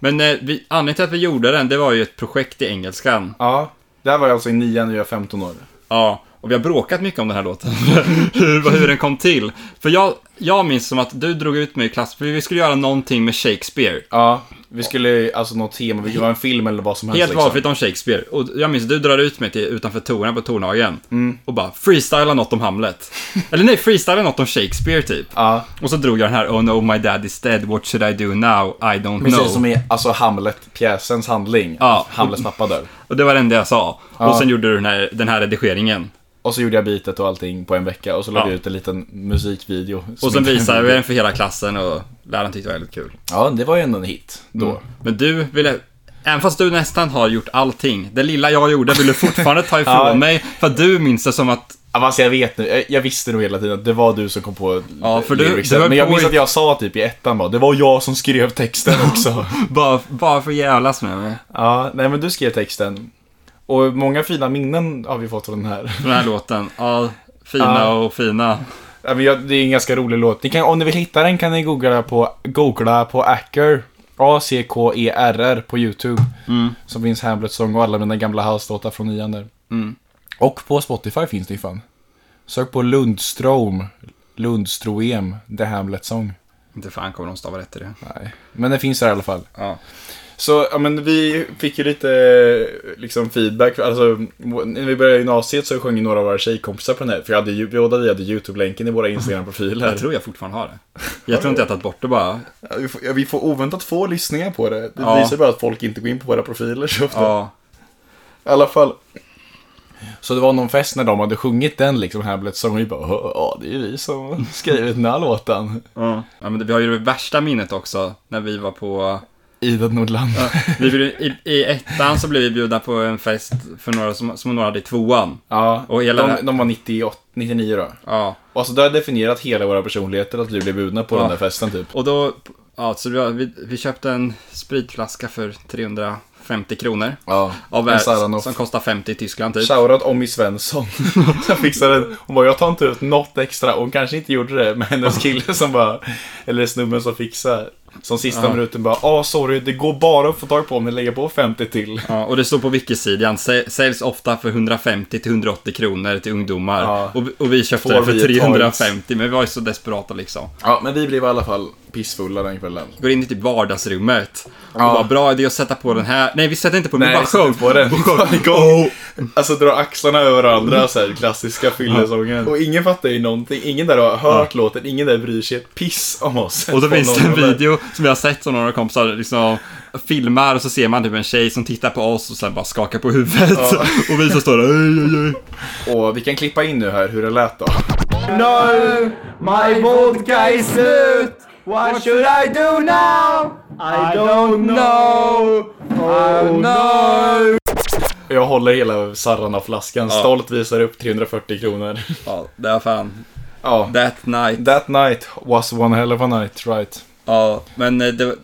Men eh, vi, anledningen till att vi gjorde den, det var ju ett projekt i engelskan. Ja. Det här var jag alltså i nian när jag var 15 år. Ja, och vi har bråkat mycket om den här låten. hur, hur den kom till. För jag, jag minns som att du drog ut mig i klass, för vi skulle göra någonting med Shakespeare. Ja, vi skulle alltså nå tema, vi var en film eller vad som helst. Helt liksom. valfritt om Shakespeare. Och jag minns att du drar ut mig till utanför Torna på Tornhagen. Mm. Och bara freestyla något om Hamlet. Eller nej, freestyla något om Shakespeare typ. Ja, Och så drog jag den här Oh no my dad is dead, what should I do now, I don't precis know. som i alltså Hamlet-pjäsens handling. Alltså, Ja. Hamlets pappa dör. Och det var det enda jag sa. Ja. Och sen gjorde du den här, den här redigeringen. Och så gjorde jag bitet och allting på en vecka och så lade Ja. jag ut en liten musikvideo. som Och sen inte- visade vi den för hela klassen och läraren tyckte det var väldigt kul. Ja, det var ju ändå en hit då. Men du ville, även fast du nästan har gjort allting, det lilla jag gjorde vill du fortfarande ta ifrån Ja. mig. För att du minns det som att, Ja, men Alltså jag vet nu, jag- jag visste nog hela tiden att det var du som kom på Ja, för du- lyricsen. du höll Men jag på minns i- att jag sa typ i ettan bara, det var jag som skrev texten också. bara, bara för att jävlas med mig. ja, nej men du skrev texten. Och många fina minnen har vi fått av den här. Den här låten, ja, fina Ja. och fina. Ja, men jag, det är en ganska rolig låt. Ni kan, om ni vill hitta den kan ni googla på, googla på Acker. A-C-K-E-R-R E på YouTube. Mm. Som finns Hamlet Song och alla mina gamla house-låtar från nian där. Mm. Och på Spotify finns det ju fan. Sök på Lundström. Lundstroem, The Hamlet Song. Inte fan kommer de stava rätt i det. Nej. Men den finns där i alla fall. Ja. Så, ja men vi fick ju lite eh, liksom feedback. Alltså, när vi började gymnasiet så sjöng ju några av våra tjejkompisar på den här. För jag hade, ju- båda vi hade YouTube-länken i våra Instagram-profiler. Jag tror jag fortfarande har det. Jag tror inte jag tagit bort det bara. Ja, Vi får, ja, vi får oväntat få lyssningar på det. Det Ja. visar bara att folk inte går in på våra profiler så ofta. Ja. I alla fall. Så det var någon fest när de hade sjungit den liksom, Hamlet Song, och vi bara "Hå, ja, det är ju vi som har skrivit den här låten. Ja, men det- vi har ju det värsta minnet också, när vi var på... Ida Nordland. Ja. Vi, blev- i, I ettan så blev vi bjudna på en fest för några som, som några hade i tvåan. Och hela- de, de var 98, 99 då. Ja. Och alltså, det har definierat hela våra personligheter att vi blev bjudna på Ja. den där festen typ. Och då, ja, så vi, vi, vi köpte en spritflaska för 350 kronor. Ja, Av en vär- Saranoff. som kostar 50 i Tyskland typ. Shoutout Ommi Svensson. Som fixade den. Hon bara, jag tar inte ut något extra. Och Hon kanske inte gjorde det, men hennes kille som bara, eller snubben som fixar. Som sista minuten bara, ah sorry, det går bara att få tag på om ni lägger på 50 till. Ja, och det står på wikisidan, "Sä- säljs ofta för 150-180 kronor till ungdomar. Ja. Och, vi- och vi köpte Får det för vi ett 350, men vi var ju så desperata liksom. Ja, men vi blev i alla fall pissfulla den kvällen. Går in i typ vardagsrummet. Och Ja. bara, bra idé att sätta på den här. Nej, vi sätter inte på den, vi Nej, bara sjöng. sätt på den. Fan, igång. Alltså dra axlarna över varandra så här, klassiska fyllesången. Och ingen fattar ju någonting. Ingen där har hört låten, ingen där bryr sig ett piss om oss. Och då På finns det någon en av de där. video som jag har sett som några kompisar liksom filmar och så ser man typ en tjej som tittar på oss och sen bara skakar på huvudet. och vi så står där "Oj, oj, oj." Och vi kan klippa in nu här hur det lät då. No, my vodka is slut. What should I do now? I don't know. Oh no. Jag håller hela Sarana-flaskan, stolt visar upp 340 kronor. Ja, det är fan. Ja. That night. That night was one hell of a night, right? Ja, men eh, det var...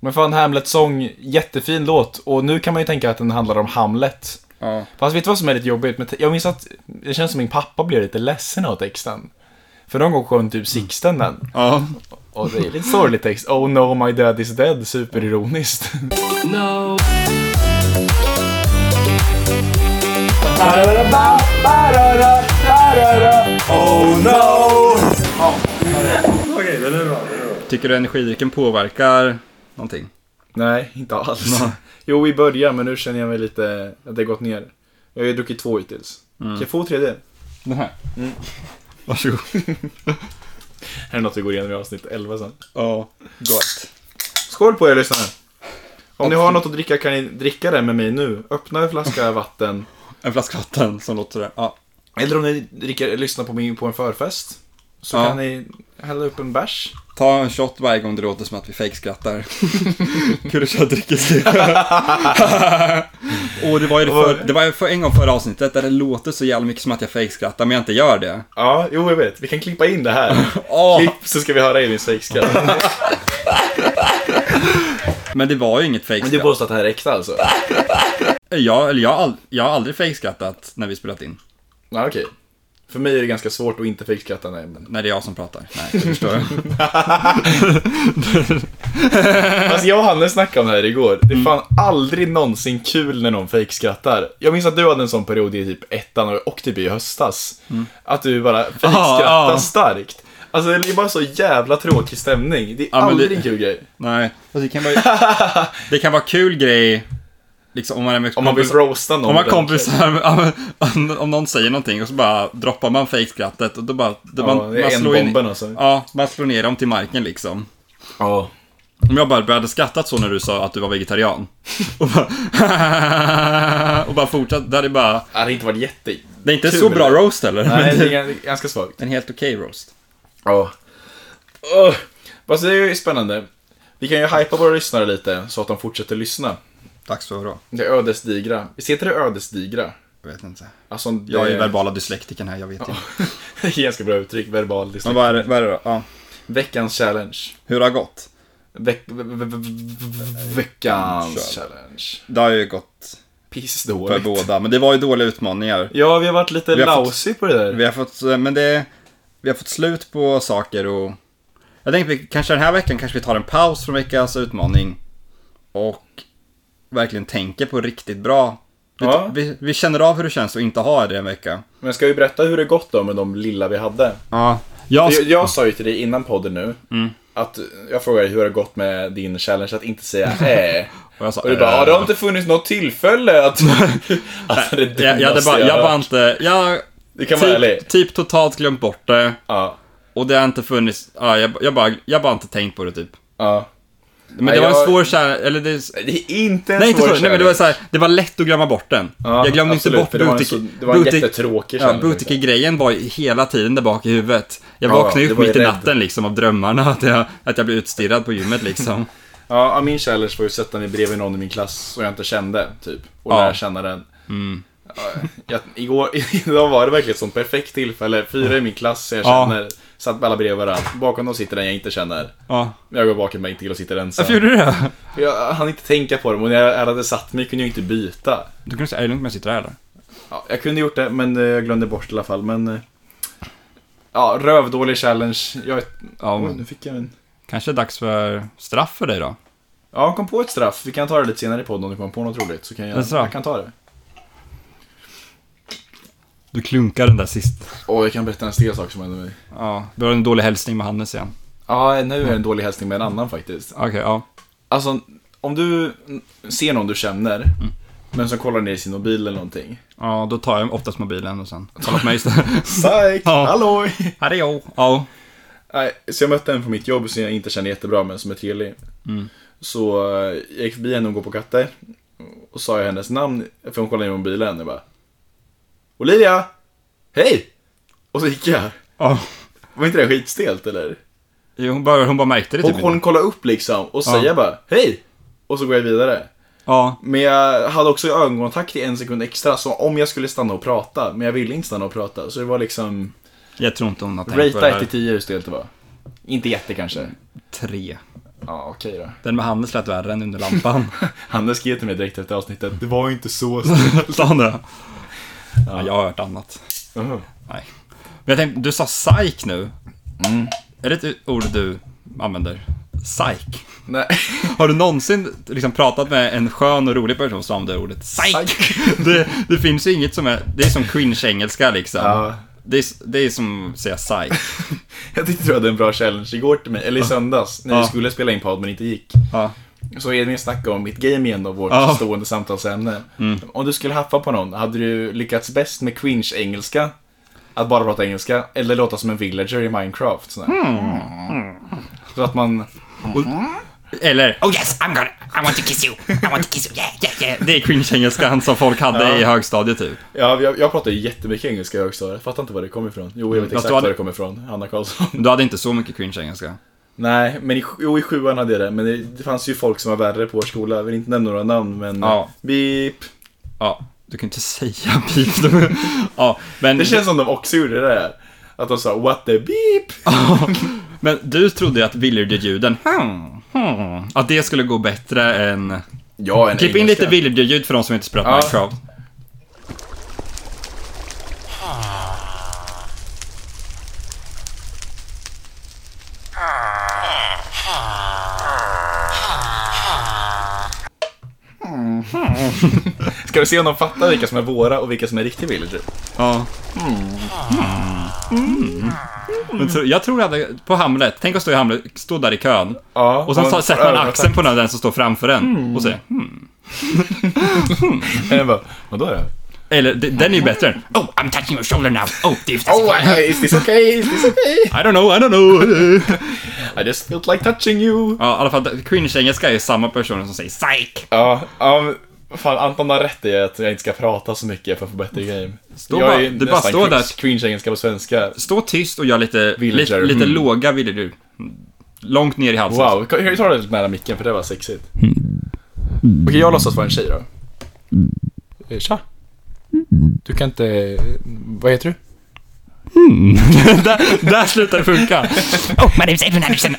Men fan, Hamlet sång, jättefin låt. Och nu kan man ju tänka att den handlar om Hamlet. Ja. Fast vet du vad som är lite jobbigt? Men te- jag minns att det känns som min pappa blev lite ledsen av texten. För någon gång sjöng typ Sixten den. Ja. Och det är lite sorglig text. Oh no, my dad is dead. Superironiskt. No Tycker du energidrycken påverkar någonting? Nej, inte alls. Jo, i början, men nu känner jag mig lite, att det har gått ner. Jag har ju druckit två hittills. Kan jag få tredje? Den här. Varsågod. här är något vi går igenom i avsnitt 11 sen. Ja, gott. Skål på er lyssnare! Om ni har något att dricka kan ni dricka det med mig nu. Öppna en flaska vatten. En flaska vatten som låter sådär. Ja. Eller om ni dricker, lyssnar på mig på en förfest. Så Ja. kan ni hälla upp en bärs. Ta en shot varje gång det låter som att vi fejkskrattar. Kul att köra drickestil. Och det var ju det för, det var ju för en gång förra avsnittet där det låter så jävla mycket som att jag fejkskrattar men jag inte gör det. Ja, jo jag vet. Vi kan klippa in det här. Åh, Klipp så ska vi höra er din strejkskratt. men det var ju inget Men du fejkskratt. påstår att det här är äkta alltså? Jag, eller jag, har ald- jag har aldrig fejkskrattat när vi spelat in. Ja, okej. För mig är det ganska svårt att inte fejkskratta, nej. Men... När det är jag som pratar. Nej, jag förstår. Alltså jag och Hannes snackade om det här igår. Det Mm. är fan aldrig någonsin kul när någon fejkskrattar. Jag minns att du hade en sån period i typ ettan och- och typ i höstas. Att du bara fejkskrattar Mm. Ja, ja. starkt. Alltså det är bara så jävla tråkig stämning. Det är men aldrig det- en kul grej. Nej. Alltså, det, kan vara, det kan vara kul grej, liksom om man är med Om man vill kompis- roasta någon. Om man ordentligt. kompisar, ja, men, om- om någon säger någonting och så bara droppar man fejkskrattet och då bara... Då Ja, man, det är man en slår in- bomben alltså. Ja, man slår ner dem till marken liksom. Ja. Om jag bara började skrattat så när du sa att du var vegetarian. Och bara... och bara fortsatt. Det hade bara... Det hade inte varit jätte... Det är inte Kul, så bra eller? roast heller. Nej, men det det är är gans- ganska svagt. en helt okej roast. Ja. Oh. Fast det är ju spännande. Vi kan ju hypa våra lyssnare lite så att de fortsätter lyssna. Tack så bra. Det ödesdigra. Visst heter det ödesdigra? Jag vet inte. Alltså, det... Jag är verbala dyslektikern här, jag vet inte. Det är ganska bra uttryck, verbal Men distank. vad är det, vad är det då? Ja. Veckans challenge. Hur har det gått? Veck... ve- ve- ve- Veckans challenge. Det har ju gått för Pissdåligt. båda, men det var ju dåliga utmaningar. Ja, vi har varit lite Vi har fått- lousy på det där. Vi har fått, eh, men det, vi har fått slut på saker och jag tänkte vi, kanske den här veckan kanske vi tar en paus från veckans utmaning och verkligen tänker på riktigt bra. Vi, Ja. vi, vi känner av hur det känns att inte ha det en vecka. Men ska vi berätta hur det gått då med de lilla vi hade? Ja, jag, Jag, jag sa ju till dig innan podden nu, Mm. att jag frågade hur det har gått med din challenge att inte säga äh. och jag sa, Och du bara, "Eh." "Ja, det har inte funnits något tillfälle att... alltså det dummaste Eh, jag, jag, hade bara, jag hört. bara inte, jag Det kan vara typ, ärlig. typ totalt glömt bort det Ja. och det har inte funnits, ja, jag, jag, bara, jag bara inte tänkt på det typ. Ja. Men Nej, det var en jag- svår kärna, eller det, Det är inte en Nej, inte svår så. Nej, men det challenge. var så här, det var lätt att glömma bort den. Ja, jag glömde absolut, inte för bort det var en butik. så- det var en jättetråkig ja, känsla, Butiker-grejen var ju hela tiden där bak i huvudet. Jag Ja, vaknade det upp var ju mitt i rädd. natten liksom av drömmarna att jag, att jag blev utstirrad på gymmet liksom. Ja, ja, min challenge var ju att sätta mig bredvid någon i min klass som jag inte kände, typ. Och Ja. Mm. lära känna den. Ja, jag, igår, idag var det verkligen ett sånt perfekt tillfälle. Fyra i min klass jag Ja. känner. Satt alla bredvid varandra. Bakom dem sitter den jag inte känner. Ja. Men Jag går bakom mig inte till och sitter ensam. Varför gjorde du det? För Jag hann inte tänka på dem och när jag hade satt mig kunde jag inte byta. Du kunde säga, är det lugnt om jag sitter här eller? Ja, jag kunde gjort det, men eh, jag glömde bort det i alla fall. Men... eh, Ja, rövdålig challenge. Jag... Ja, Oj, men, nu fick jag en... kanske är dags för straff för dig då? Ja, jag kom på ett straff. Vi kan ta det lite senare i podden om du kommer på något roligt. Så kan jag... Ett straff? Jag kan ta det. Du klunkar den där sist. Åh, jag kan berätta en stel sak som hände mig. Ja, du har en dålig hälsning med Hannes igen. Ja, nu är det en dålig hälsning med en annan faktiskt. Okej, ja. Alltså, om du ser någon du känner, men som kollar ner i sin mobil eller någonting. Ja, då tar jag oftast mobilen och sen kollar på mig istället. Psyk! Ja. Halloj! Hallå! Ja. Nej, så jag mötte en på mitt jobb som jag inte känner jättebra men som är trevlig. Mm. Så eh, jag gick förbi henne och går på katter. Och sa jag hennes namn, för hon kollade in i mobilen. Jag bara Olivia! Hej! Och så gick jag. ja. Var inte det skitstelt eller? Jo, Hon bara, hon bara märkte det Och typ hon inte. kollade upp liksom och säger bara Hej! Och så går jag vidare. Ja. Men jag hade också ögonkontakt i en sekund extra, som om jag skulle stanna och prata. Men jag ville inte stanna och prata, så det var liksom... Jag tror inte hon har tänkt på det Ratea här. 1-10 hur stelt det var. Inte jätte kanske. Tre. Ja, okej då. Den med Hannes lät värre än under lampan. Hannes skrev till mig direkt efter avsnittet, det var ju inte så stelt. Sa han det? Ja, jag har hört annat. Nej. Men jag tänkte, du sa psyk nu. Är det ett ord du använder? Psyk. Nej. Har du någonsin liksom pratat med en skön och rolig person som använder ordet psyk? Det, det finns ju inget som är... Det är som cringe-engelska liksom. Ja. Det, är, s- det är som att säga psyk. Jag tyckte du hade en bra challenge igår till mig, eller i söndags, när vi Ja. skulle spela in podd men inte gick. Ja. Så Edvin snackade om mitt game igen då, vårt Ja. Mm. stående samtalsämne. Om du skulle haffa på någon, hade du lyckats bäst med Quinch engelska? Att bara prata engelska? Eller låta som en villager i Minecraft? Sådär. Hmm. Så att man... Eller, Oh yes, I'm gonna. I want to kiss you. I want to kiss you. Yeah, yeah, yeah. det är cringe-engelskan som folk hade i högstadiet typ. Ja, jag, jag pratade ju jättemycket engelska i högstadiet. Fattar inte var det kom ifrån. Jo, jag vet Fast exakt du var hade- det kom ifrån. Anna Karlsson. Men Du hade inte så mycket cringe-engelska. Nej, men i, jo, i sjuan hade jag det. Men det, det fanns ju folk som var värre på vår skola. Jag vill inte nämna några namn, men... eh, Ja. Beep. Ja, du kan inte säga pip. ja, men, Det känns som de också gjorde det där. Att de sa what the beep. men du trodde ju att villager-ljuden, hmm, hmm, att det skulle gå bättre än... Ja, en Klipp in lite villager-ljud för de som inte spelat Ja. Minecraft. Ska du se om de fattar vilka som är våra och vilka som är typ? riktiga villager? Ja. Men tro- jag tror jag hade, på Hamlet, tänk att stå i Hamlet, stå där i kön. Ja, Och sen och- sa- sätter man och- axeln på den som står framför en och säger hmm. Jag bara, vadå då? Eller de- den är ju bättre än Oh, I'm touching your shoulder now. Oh, Dave, that's Oh, eh, is this okay? Is this okay? I don't know, I don't know. I just felt like touching you. ja, i alla fall cringe-engelska är ju samma personer som säger psyk. Ja, ja men fan Anton har rätt i att jag inte ska prata så mycket för att få bättre game. Stå jag bara- är du bara nästan står cringe- där. cringe-engelska på svenska. Stå tyst och gör lite, lite, Villager, lite hmm. låga villager. Långt ner i halsen. Wow, kan kan du ta det lite nära micken för det var sexigt? Okej, jag låtsas vara en tjej då. Eh, Tja. Du kan inte... Vad heter du? där, där slutar det funka. Oh, my name's Edwin Anderson.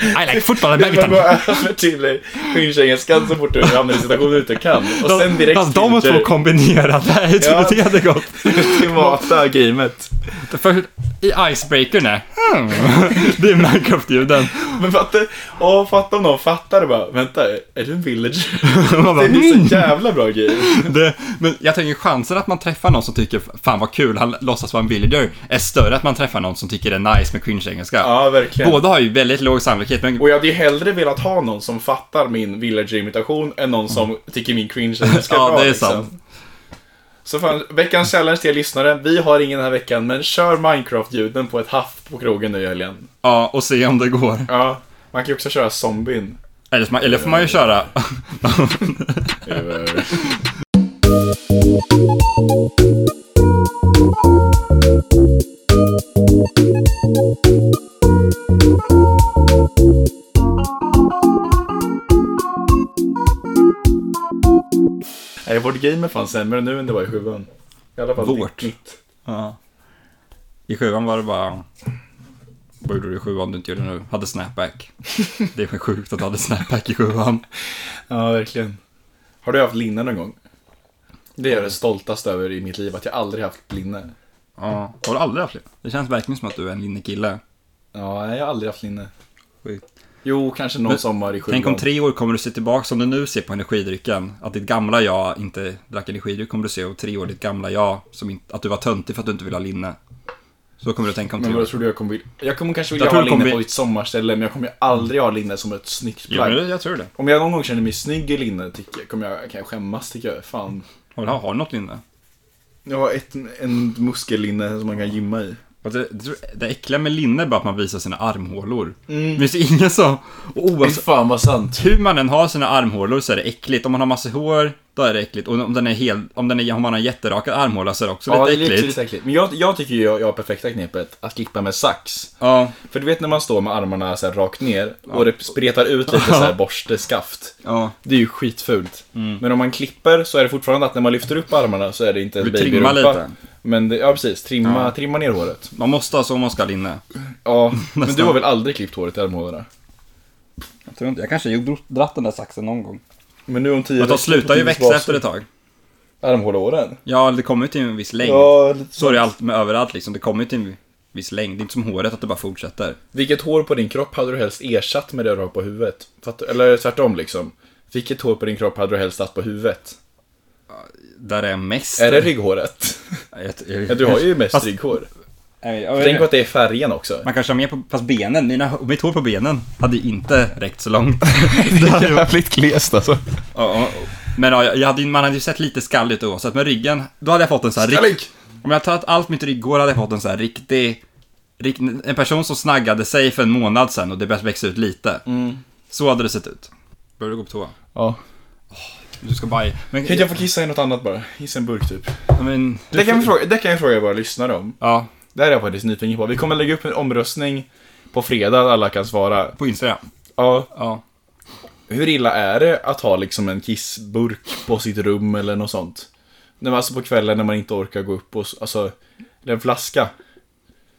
I like football and Men badminton. bara för tydlig cringe-engelskan så fort du hamnar i situationer du inte kan. Och sen direkt Fast de till- två kombinerade, jag Ja. trodde det hade gått. privata gamet. För i icebreakern är hmm, Det är Minecraft-ljuden. Men fatta, åh, fatta om någon fattar bara, vänta, är du en villager? Man bara, Det är "Mm." så jävla bra game. Det- Men jag tänker chansen att man träffar någon som tycker fan vad kul, han låtsas vara en villager, är större att man träffar någon som tycker det är nice med cringe-engelska. Ja, verkligen. Båda har ju väldigt låg sannolikhet, men Och jag hade ju hellre velat ha någon som fattar min villager-imitation än någon som tycker min cringe är ganska Ja, bra. det är liksom. sant. Så fan, veckans challenge till er lyssnare. Vi har ingen den här veckan, men kör Minecraft-ljuden på ett haff på krogen nu i helgen. ja, och se om det går. Ja, man kan ju också köra zombien. Eller, så man- eller får man ju köra... Nej, vårt game är fan sämre nu än det var i sjuan. I alla fall Vårt. mitt. ja. I sjuan var det bara... Vad gjorde du i sjuan du inte gjorde nu? Hade snapback. Det är sjukt att du hade snapback i sjuan. Ja, verkligen. Har du haft linne någon gång? Det är jag det stoltaste över i mitt liv, att jag aldrig haft linne. Ja. Har du aldrig haft det? Det känns verkligen som att du är en linnekille. Ja, nej, jag har aldrig haft linne. Sjukt. Jo, kanske någon Men sommar i sjuan. Tänk om tre år kommer du se tillbaka som du nu ser på energidrycken. Att ditt gamla jag inte drack energidryck kommer du se och tre år ditt gamla jag, som inte, att du var töntig för att du inte ville ha linne. Så kommer du tänka om Men tre år. vad tror du jag kommer vilja? Jag kommer kanske vilja Jag tror ha det linne kommer på bli- ett sommarställe, men jag kommer ju aldrig ha linne som ett snyggt Jo, men plagg. det- jag tror det. Om jag någon gång känner mig snygg i linne, tycker jag, kommer jag, kan jag skämmas, tycker jag. Fan. Har, har du något linne? Jag har ett, en muskellinne som man kan gymma i. Fast Alltså, Det, det, det äckliga med linne är bara att man visar sina armhålor. Mm. Finns det ingen som... Och Fy oavsett fan vad sant. hur man än har sina armhålor så är det äckligt. Om man har massor hår, då är det äckligt. Och om, den är hel, om, den är, om man har jätterakad armhåla så är det också Ja, det är lite lite äckligt. lite äckligt. Men jag, jag tycker ju jag, jag har perfekta knepet, att klippa med sax. Ja, För du vet när man står med armarna så här rakt ner och det spretar ut lite så här borsteskaft. ja. Det är ju skitfult. Mm. Men om man klipper så är det fortfarande att när man lyfter upp armarna så är det inte en Du trimmar babyrumpa. lite. Men det, ja precis, trimma, trimma ner håret. Man måste ha så om man ska ha linne. Ja, men du har väl aldrig klippt håret i armhålorna? Jag tror inte, jag kanske har dratt den där saxen någon gång. Men nu om tio Men de veckor- slutar ju tio växa veckor- efter ett tag. Armhålehåren? Ja, det kommer ju till en viss längd. Ja, lite så är det allt med överallt liksom. Det kommer ju till en viss längd. Det är inte som håret att det bara fortsätter. Vilket hår på din kropp hade du helst ersatt med det du har på huvudet? Fatt- Eller tvärtom liksom. Vilket hår på din kropp hade du helst haft på huvudet? Där är mest... Är det rygghåret? Jag, jag, Ja, du har ju mest Fast- rygghår. Jag vet- jag vet Tänk inte. att det är färgen också. Man kanske har mer på, fast benen, mina, mitt hår på benen hade ju inte räckt så långt. Det hade ju- Jävligt glest alltså. Ja, ja. Men ja, jag hade, ju- man hade ju sett lite skallig ut oavsett, men ryggen, då hade jag fått en sån här... rikt- Skallig! Om jag hade tagit allt mitt rygghår hade jag fått en sån här riktig... rikt- En person som snaggade sig för en månad sedan och det började växa ut lite. Mm. Så hade det sett ut. Behöver du gå på toa? Ja. Du ska baj. Men, Kan inte jag få kissa i något annat bara? Kissa i en burk typ. ja, men, du, Det kan, vi fråga, det kan jag fråga våra lyssnare om. Ja, Det här är jag faktiskt nyfiken på. Vi kommer lägga upp en omröstning på fredag där alla kan svara. på Instagram. Ja, Ja. hur illa är det att ha liksom en kissburk på sitt rum eller något sånt? När man, alltså på kvällen när man inte orkar gå upp och s- alltså, eller en flaska.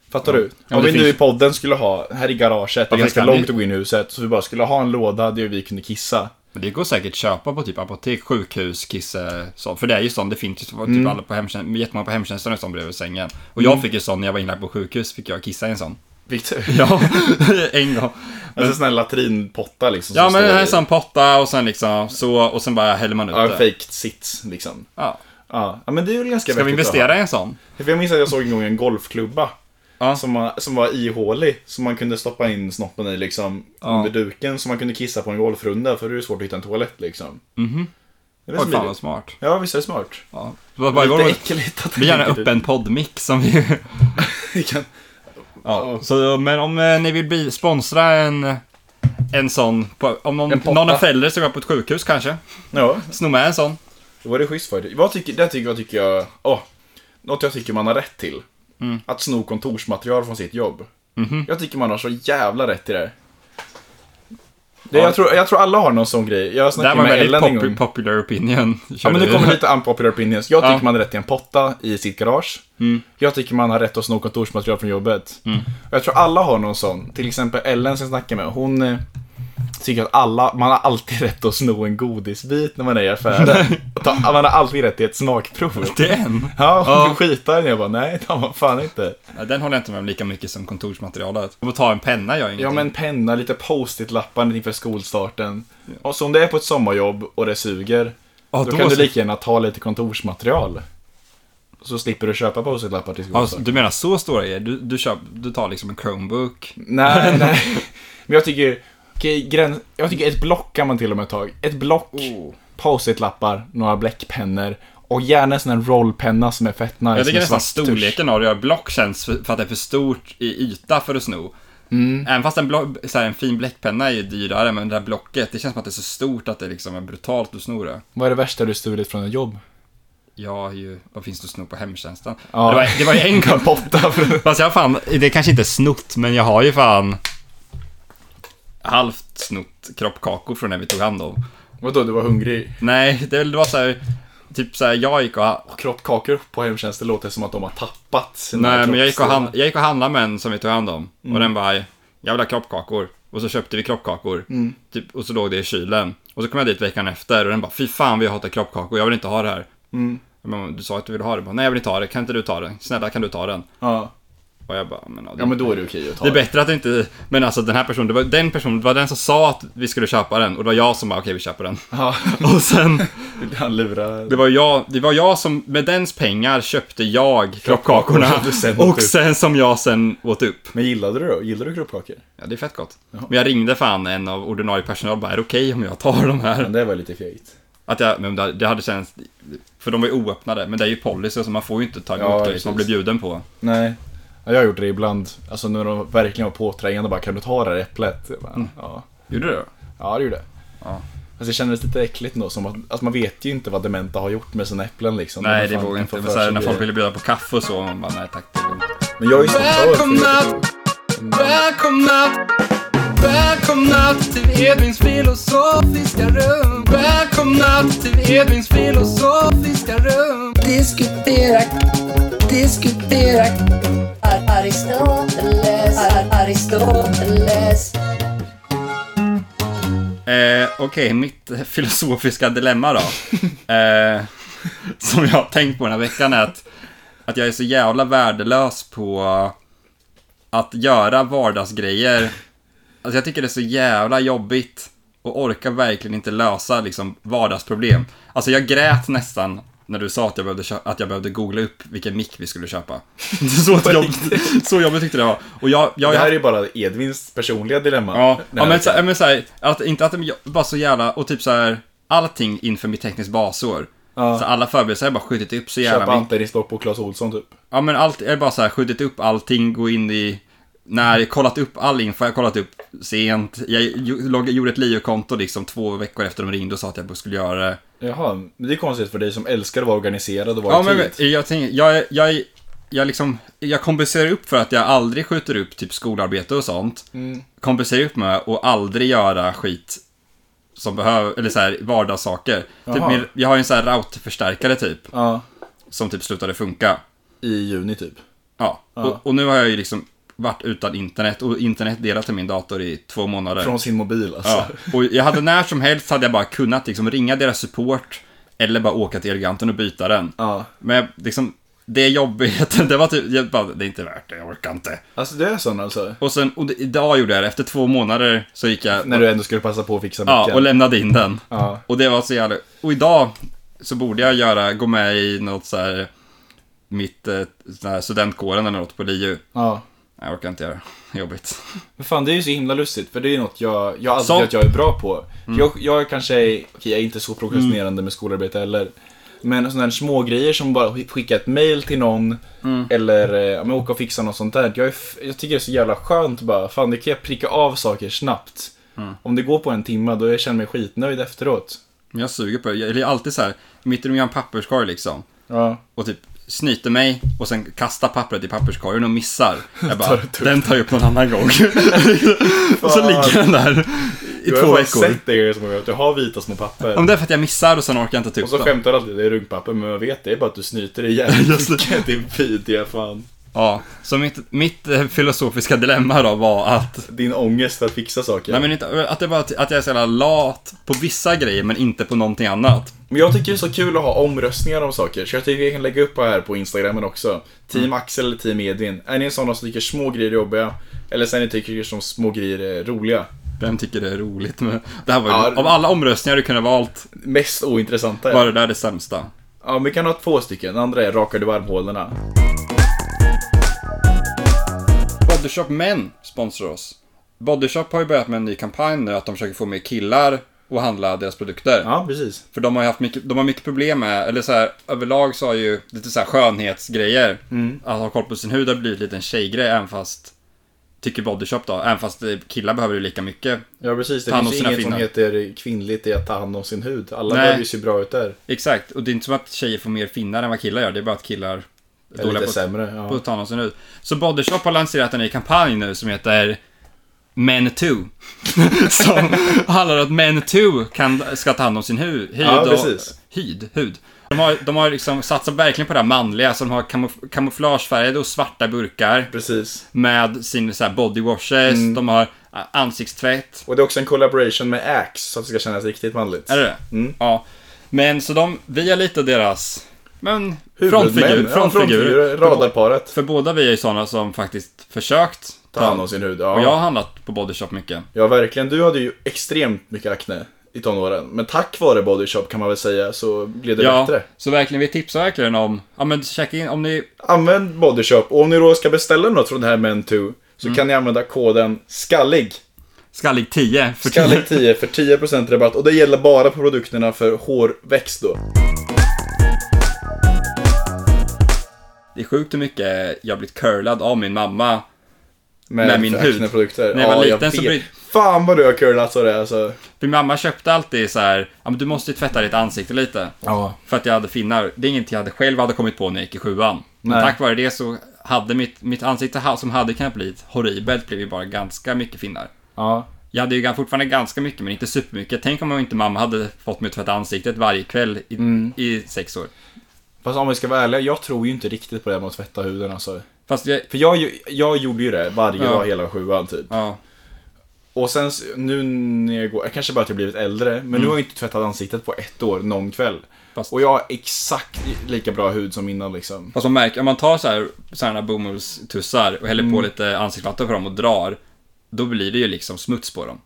Fattar du? men Om det vi nu i finns- podden skulle ha, här i garaget, det är det ganska kan vi- långt att gå in i huset, så vi bara skulle ha en låda där vi kunde kissa. Men det går säkert köpa på typ apotek, sjukhus, kisse, så. För det är ju sånt, det finns ju typ Mm. alla på hemtjänsten, jättemånga på hemtjänsten och sånt bredvid sängen. Och jag fick ju sån när jag var inlagd på sjukhus, fick jag kissa i en sån. Viktor. Ja, en gång. Alltså en sån här latrinpotta liksom. Ja som men det står här är i- en sån potta och sen liksom så och sen bara häller man ut Ja, en det. fake sits liksom. Ja. Ja, ja, men det är väl ganska Ska vi vettigt att ha. investera i en sån? För jag minns att jag såg en gång en golfklubba. Ja. Som, var, som var ihålig, som man kunde stoppa in snoppen i liksom under duken. Så man kunde kissa på en golfrunda för det är svårt att hitta en toalett liksom. Mhm. Det är Åh väl fan alltså. vad smidigt. smart. Ja, visst är det smart. Ja. Det var bara Lite igår, äckligt att vi gärna tänker upp en poddmick som vi... typ. Vi kan- Ja. Så, men om eh, ni vill bli, sponsra en, en sån, på, om någon, En potta. någon av föräldrar ska gå på ett sjukhus kanske, Ja, sno med en sån. det var det schysst för dig. Vad tycker, det tycker jag, tycker jag, åh, något jag tycker man har rätt till. Mm. Att sno kontorsmaterial från sitt jobb. Mhm. Jag tycker man har så jävla rätt till det. det Ja. jag, tror, jag tror alla har någon sån grej. Jag Det här snackade var en med väldigt Ellen en popu- gång. popular opinion. Ja men nu Körde kommer vi. lite unpopular opinions. Jag tycker Ja. man har rätt till en potta i sitt garage. Jag tycker man har rätt att sno kontorsmaterial från jobbet. Och Jag tror alla har någon sån. Till exempel Ellen som jag snackade med. Hon eh, tycker att alla, man har alltid rätt att sno en godisbit när man är i affären. Och ta- man har alltid rätt till ett smakprov. Det är en. Ja, Ja. du skitar den. Jag bara, nej det har man fan inte. Nej, Den håller jag inte med om lika mycket som kontorsmaterialet. Om att ta en penna gör ingenting. Ja men penna, lite post-it-lappar inför skolstarten. Och så om det är på ett sommarjobb och det suger. Ja, Då, då kan du så- lika gärna ta lite kontorsmaterial. Så slipper du köpa post-it-lappar till Ja, så- skolstart. du menar så stora grejer? Du, du, köp, du tar liksom en Chromebook? Nej, nej. Men jag tycker, okej, gräns, jag tycker ett block kan man till och med ta. Ett block, post-it-lappar, några bläckpennor och gärna en sån här rollpenna som är fett nice. Jag tycker med nästan Alltså, svart tusch. storleken av det här block känns för, för att det är för stort i yta för att sno. Mm. Även fast en, block, så här, en fin bläckpenna är ju dyrare, men det där blocket, det känns som att det är så stort att det liksom är brutalt att sno det. Vad är det värsta du stulit från ett jobb? Jag har ju, vad finns det att sno på hemtjänsten? Ja. Det, var, det var ju en gång. Potta för... Fast jag har fan, det är kanske inte snott, men jag har ju fan halvt snott kroppkakor från när vi tog hand om. Vadå, du var hungrig? Nej, det, det var så här, typ så här, jag gick och ha- Kroppkakor på hemtjänsten låter som att de har tappat sina Nej, men jag gick, och hand, kroppsdelar. jag gick och handlade med en som vi tog hand om. Och Mm. den bara, jag vill ha kroppkakor. Och så köpte vi kroppkakor. Mm. Typ, och så låg det i kylen. Och så kom jag dit veckan efter och den bara, fy fan vi hatar kroppkakor, jag vill inte ha det här. Mm. Jag bara, du sa att du ville ha det. Jag Bara, Nej, jag vill inte ha det. Kan inte du ta det? Snälla, kan du ta den? Ja. Och jag bara, men, ja, det, ja, men då är det okej att ta. det är bättre att det inte... Men alltså den här personen, det var den personen, det var den som sa att vi skulle köpa den. Och det var jag som bara, okej vi köper den. Ja, Och sen, han lurar. det var jag, det var jag som, med dens pengar köpte jag kroppkakorna. Kroppkakorna du typ. sen åt Och upp. sen som jag sen åt upp. Men gillade du det då? Gillade du kroppkakor? Ja, det är fett gott. Men jag ringde fan en av ordinarie personal och bara, är det okej om jag tar de Men här? det var lite fegt. Att jag, men det det hade känts, för de var ju oöppnade, men det är ju policy, så man får ju inte ta emot Ja, det precis. som man blir bjuden på. Nej. Ja, jag har gjort det ibland. Alltså när de verkligen var påträngande bara, kan du ta det här äpplet? Jag Bara, ja. Gjorde du det? ja, det gjorde jag. Mm. Ja. Fast det kändes lite äckligt ändå, som att alltså, man vet ju inte vad dementa har gjort med sina äpplen liksom. Nej, det Fan, vågade jag kan inte. få för Det var såhär, sig när folk grejer. ville bjuda på kaffe och så, man bara, nej tack. det är lugnt." Men jag är ju sån Välkomna! Välkomna! Välkomna till Edvins filosofiska rum. Välkomna till Edvins filosofiska rum. Diskutera, diskutera Ar- Aristoteles, Ar- Aristoteles Eh, Okej, mitt filosofiska dilemma då. eh, som jag har tänkt på den här veckan är att, att jag är så jävla värdelös på att göra vardagsgrejer. Alltså jag tycker det är så jävla jobbigt och orkar verkligen inte lösa liksom vardagsproblem. Alltså jag grät nästan när du sa att jag behövde, kö- att jag behövde googla upp vilken mick vi skulle köpa. så, att jag, så jobbigt tyckte det var. Och jag, jag, Det här är jag, ju bara Edvins personliga dilemma. liksom. ja, Nej, ja, men, så, ja, men så här, att, inte att det jag- bara så jävla, och typ så här, allting inför mitt tekniskt basår. Så alla förberedelser har jag bara skjutit upp så Köpa jävla mycket. anteckningsblock på Clas Ohlson typ. Ja men allt, jag har bara så här skjutit upp allting, gå in i... När jag kollat upp all info, jag har kollat upp sent. Jag ju- logg- gjorde ett Leo-konto liksom två veckor efter de ringde och sa att jag skulle göra det. Jaha, men det är konstigt för dig som älskar att vara organiserad och vara Ja i tid. men jag tänker, jag, jag, jag liksom, jag kompenserar upp för att jag aldrig skjuter upp typ skolarbete och sånt. Mm. Kompenserar upp med att aldrig göra skit som behöver, eller så här vardagssaker. Typ Jaha. min, jag har ju en sån här routerförstärkare typ, Ja, som typ slutade funka. i juni typ. Ja, Och, och nu har jag ju liksom varit utan internet och internet delat till min dator i två månader. Från sin mobil alltså. ja. Och jag hade när som helst hade jag bara kunnat liksom ringa deras support eller bara åka till Eleganten och byta den. Ja. Men jag, liksom, det jobbigheten, det var typ, jag bara, det är inte värt det, jag orkar inte. Alltså det är sån alltså. Och sen, och det, idag gjorde jag det, efter två månader så gick jag När du ändå skulle passa på att fixa ja, micken. och lämnade in den. Ja. Och det var så jävla, och idag så borde jag göra, gå med i något så här, mitt, eh, sån här studentkåren eller något på LiU. ja. Nej, jag orkar inte göra det. Jobbigt. Men fan, det är ju så himla lustigt, för det är ju något jag, jag alltid Sånt. tycker att jag är bra på. Mm. Jag, jag kanske är, okej, jag är inte så prokrastinerande med skolarbete heller. Men sådana här små grejer som bara sk- skicka ett mail till någon Mm. eller eh, ja, men åka och fixa något sånt där. Jag, är, f- jag tycker det är så jävla skönt bara, fan det kan jag pricka av saker snabbt. Mm. Om det går på en timme då jag känner mig skitnöjd efteråt. Men jag suger på det. Jag är alltid så här, mitt i rummet har jag en papperskorg liksom. Ja. Och typ snyter mig och sen kastar pappret i papperskorgen och missar. Jag bara, Tar det upp. den tar jag upp någon annan gång. och så Fan. ligger den där i Jag två har veckor. sett det i er som har gjort. Jag har vita små papper. Om det är för att jag missar och sen orkar jag inte ta Och upp så den. skämtar du alltid, det är runkpapper, men jag vet det är bara att du snyter dig jävligt Just det. mycket. Din vidriga fan. Ja, så mitt, mitt eh, filosofiska dilemma då var att, Din ångest att fixa saker. nej men inte, att det var att jag är så jävla lat på vissa grejer men inte på någonting annat. Men jag tycker det är så kul att ha omröstningar om saker, så jag tycker jag kan lägga upp här på instagrammen också. Mm. Team Axel eller Team Edvin. Är ni sådana som tycker små grejer är jobbiga? Eller så är ni tycker som små grejer är roliga? Vem tycker det är roligt med, det här var ju, Ja, det- av alla omröstningar du kunde ha valt, Mest ointressanta är... var det där det sämsta. Ja, vi kan ha två stycken. Den andra är rakar du varmhålorna? Bodyshop män sponsrar oss. Bodyshop har ju börjat med en ny kampanj nu att de försöker få mer killar och handla deras produkter. Ja, precis. För de har ju haft mycket, de har mycket problem med, eller så här, överlag så har ju lite så här skönhetsgrejer. Mm. Att ha koll på sin hud har blivit lite en tjejgrej även fast, tycker Bodyshop då, även fast eh, killar behöver ju lika mycket. Ja, precis. Det Ta hand finns ju om sina inget som finnar. heter kvinnligt i att ta hand om sin hud. Alla Nej. behöver ju se bra ut där. Exakt, och det är inte som att tjejer får mer finnar än vad killar gör, det är bara att killar är Eller dåliga på lite att sämre. Ja. på att ta någonsin ut. Så Bodyshop har lanserat en ny kampanj nu som heter Men 2. som handlar om att Men 2 kan, ska ta hand om sin hu, hud. Ja, och- precis. hud, hud. De har, de har liksom satsat verkligen på det här manliga, så de har kamuf- kamouflagefärgade och svarta burkar Precis. med sin så här body washes, Mm. de har äh, ansiktstvätt. Och det är också en collaboration med Axe, så att det ska kännas riktigt manligt. Är det det? Mm. Ja. Men så de, vi är lite deras, men Huvudmän. frontfigur, Ja, frontfigurer. frontfigurer. Radarparet. För båda vi är ju sådana som faktiskt försökt Ta hand om sin hud. Ja. Och jag har handlat på Bodyshop mycket. Ja, verkligen. Du hade ju extremt mycket akne i tonåren. Men tack vare Body Shop kan man väl säga så blev det Ja, bättre. så verkligen, vi tipsar verkligen om, ja men checka in om ni, Använd Body Shop. Och om ni då ska beställa något från det här Men2 så kan ni använda koden SKALLIG. skallig 10 för SKALLIG10 för 10% rabatt. Och det gäller bara på produkterna för hårväxt då. Det är sjukt hur mycket jag blivit curlad av min mamma. Med, Med min för hud. akneprodukter. När jag var Ja, liten så vet. bry- Fan vad du har curlat så det alltså. För min mamma köpte alltid så här, ja men du måste ju tvätta ditt ansikte lite. Ja. För att jag hade finnar. Det är inget jag hade själv hade kommit på när jag gick i sjuan. Men Nej. tack vare det så hade mitt, mitt ansikte ha- som hade kunnat bli horribelt blev ju bara ganska mycket finnar. Ja. Jag hade ju gan- fortfarande ganska mycket men inte supermycket. Tänk om inte mamma hade fått mig att tvätta ansiktet varje kväll i, Mm. i sex år. Fast om vi ska vara ärliga, jag tror ju inte riktigt på det här med att tvätta huden alltså. Fast jag, För jag, ju- jag gjorde ju det varje Ja. dag hela sjuan typ. ja. Och sen s- nu när jag går, kanske bara att jag blivit äldre, men nu har jag inte tvättat ansiktet på ett år någon kväll. Mm. Fast- Och jag har exakt lika bra hud som innan liksom. Fast man märker, om man tar så här, så här Mm. bomullstussar och häller på lite ansiktsvatten på dem och drar, då blir det ju liksom smuts på dem.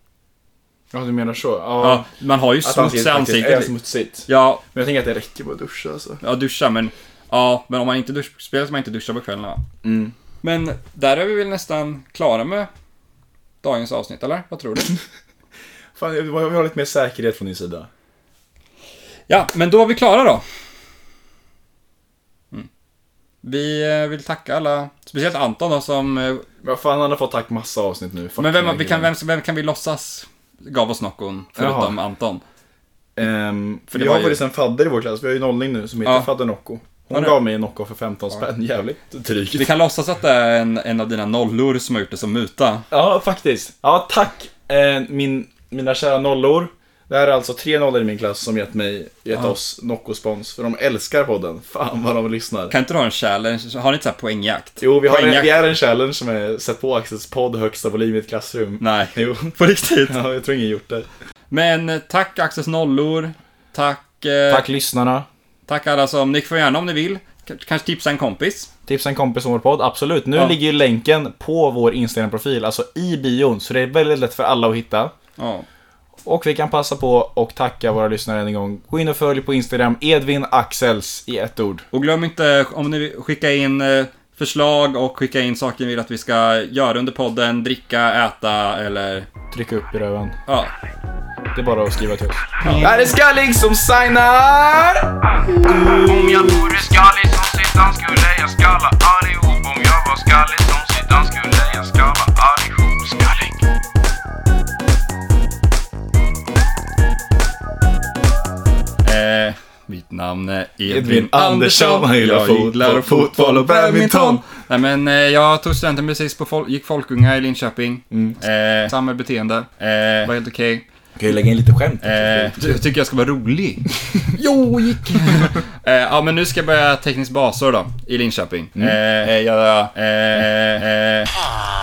Ja, du menar så? Ja. Ja, man har ju att ansiktet smuts i faktiskt är ansiktet. smutsigt. Ja, Men jag tänker att det räcker med att duscha alltså. ja, duscha men... Ja, men om man inte duschar, spelar man inte duschar på kvällen va? Men där är vi väl nästan klara med dagens avsnitt, eller? Vad tror du? Fan, jag vill jag vill ha lite mer säkerhet från din sida. Ja, men då är vi klara då. Mm. Vi eh, vill tacka alla, speciellt Anton då som... eh, Men vad fan, han har fått tack massa avsnitt nu. Fuck Men den här vem, vi kan, grejen. vem, vem kan vi låtsas gav oss någon förutom Anton? Ehm, för det jag var har ju- faktiskt en fadder i vår klass, vi har ju nollning nu som heter Ja. Fadder Nocco. Ja, Hon det- gav mig en Nocco för 15 spänn, jävligt drygt. Vi kan låtsas att det är en, en av dina nollor som har gjort det som muta. Ja, faktiskt. Ja, tack eh, min, mina kära nollor. Det här är alltså tre nollor i min klass som gett mig, gett oss Nocco-spons. För de älskar podden. Fan vad de lyssnar. Kan inte du ha en challenge? Har ni inte så här poängjakt? Jo, vi, har en, poängjakt. vi är en challenge som är Sätt på Axels podd högsta volym i ett klassrum. Nej, Jo. på riktigt. Ja, jag tror ingen gjort det. Men eh, tack Axels nollor. Tack, eh, tack. Tack lyssnarna. alla som, ni får gärna om ni vill, K- kanske tipsa en kompis. Tipsa en kompis om vår podd, absolut. Nu Ja. ligger ju länken på vår Instagram-profil, alltså i bion, så det är väldigt lätt för alla att hitta. Ja. Och vi kan passa på och tacka våra lyssnare än en gång. Gå in och följ på Instagram, Edvin Axels i ett ord. Och glöm inte, om ni vill skicka in eh, förslag och skicka in saker ni vill att vi ska göra under podden, dricka, äta eller Tryck upp i röven. ja. Det är bara att skriva till oss. Det här är Skallig som signar! Om jag vore skallig som Zidane skulle jag skalla allihop Om jag var skallig som Zidane skulle jag skalla allihop Skallig Eh, mitt namn är Edvin, Edvin Andersson. Jag gillar Jag gillar fotboll, fotboll och badminton. Nej men eh, jag tog studenten precis på fol- gick Folkunga i Linköping. Mm. Eh, samma beteende. Eh, var helt okej. Kan ju lägga in lite skämt. Eh, ty- jag tycker jag ska vara rolig. jo, gick. eh, ja, men nu ska jag Mm. börja teknisk basår då, i Linköping. Eh, eh, jag, eh, eh, eh.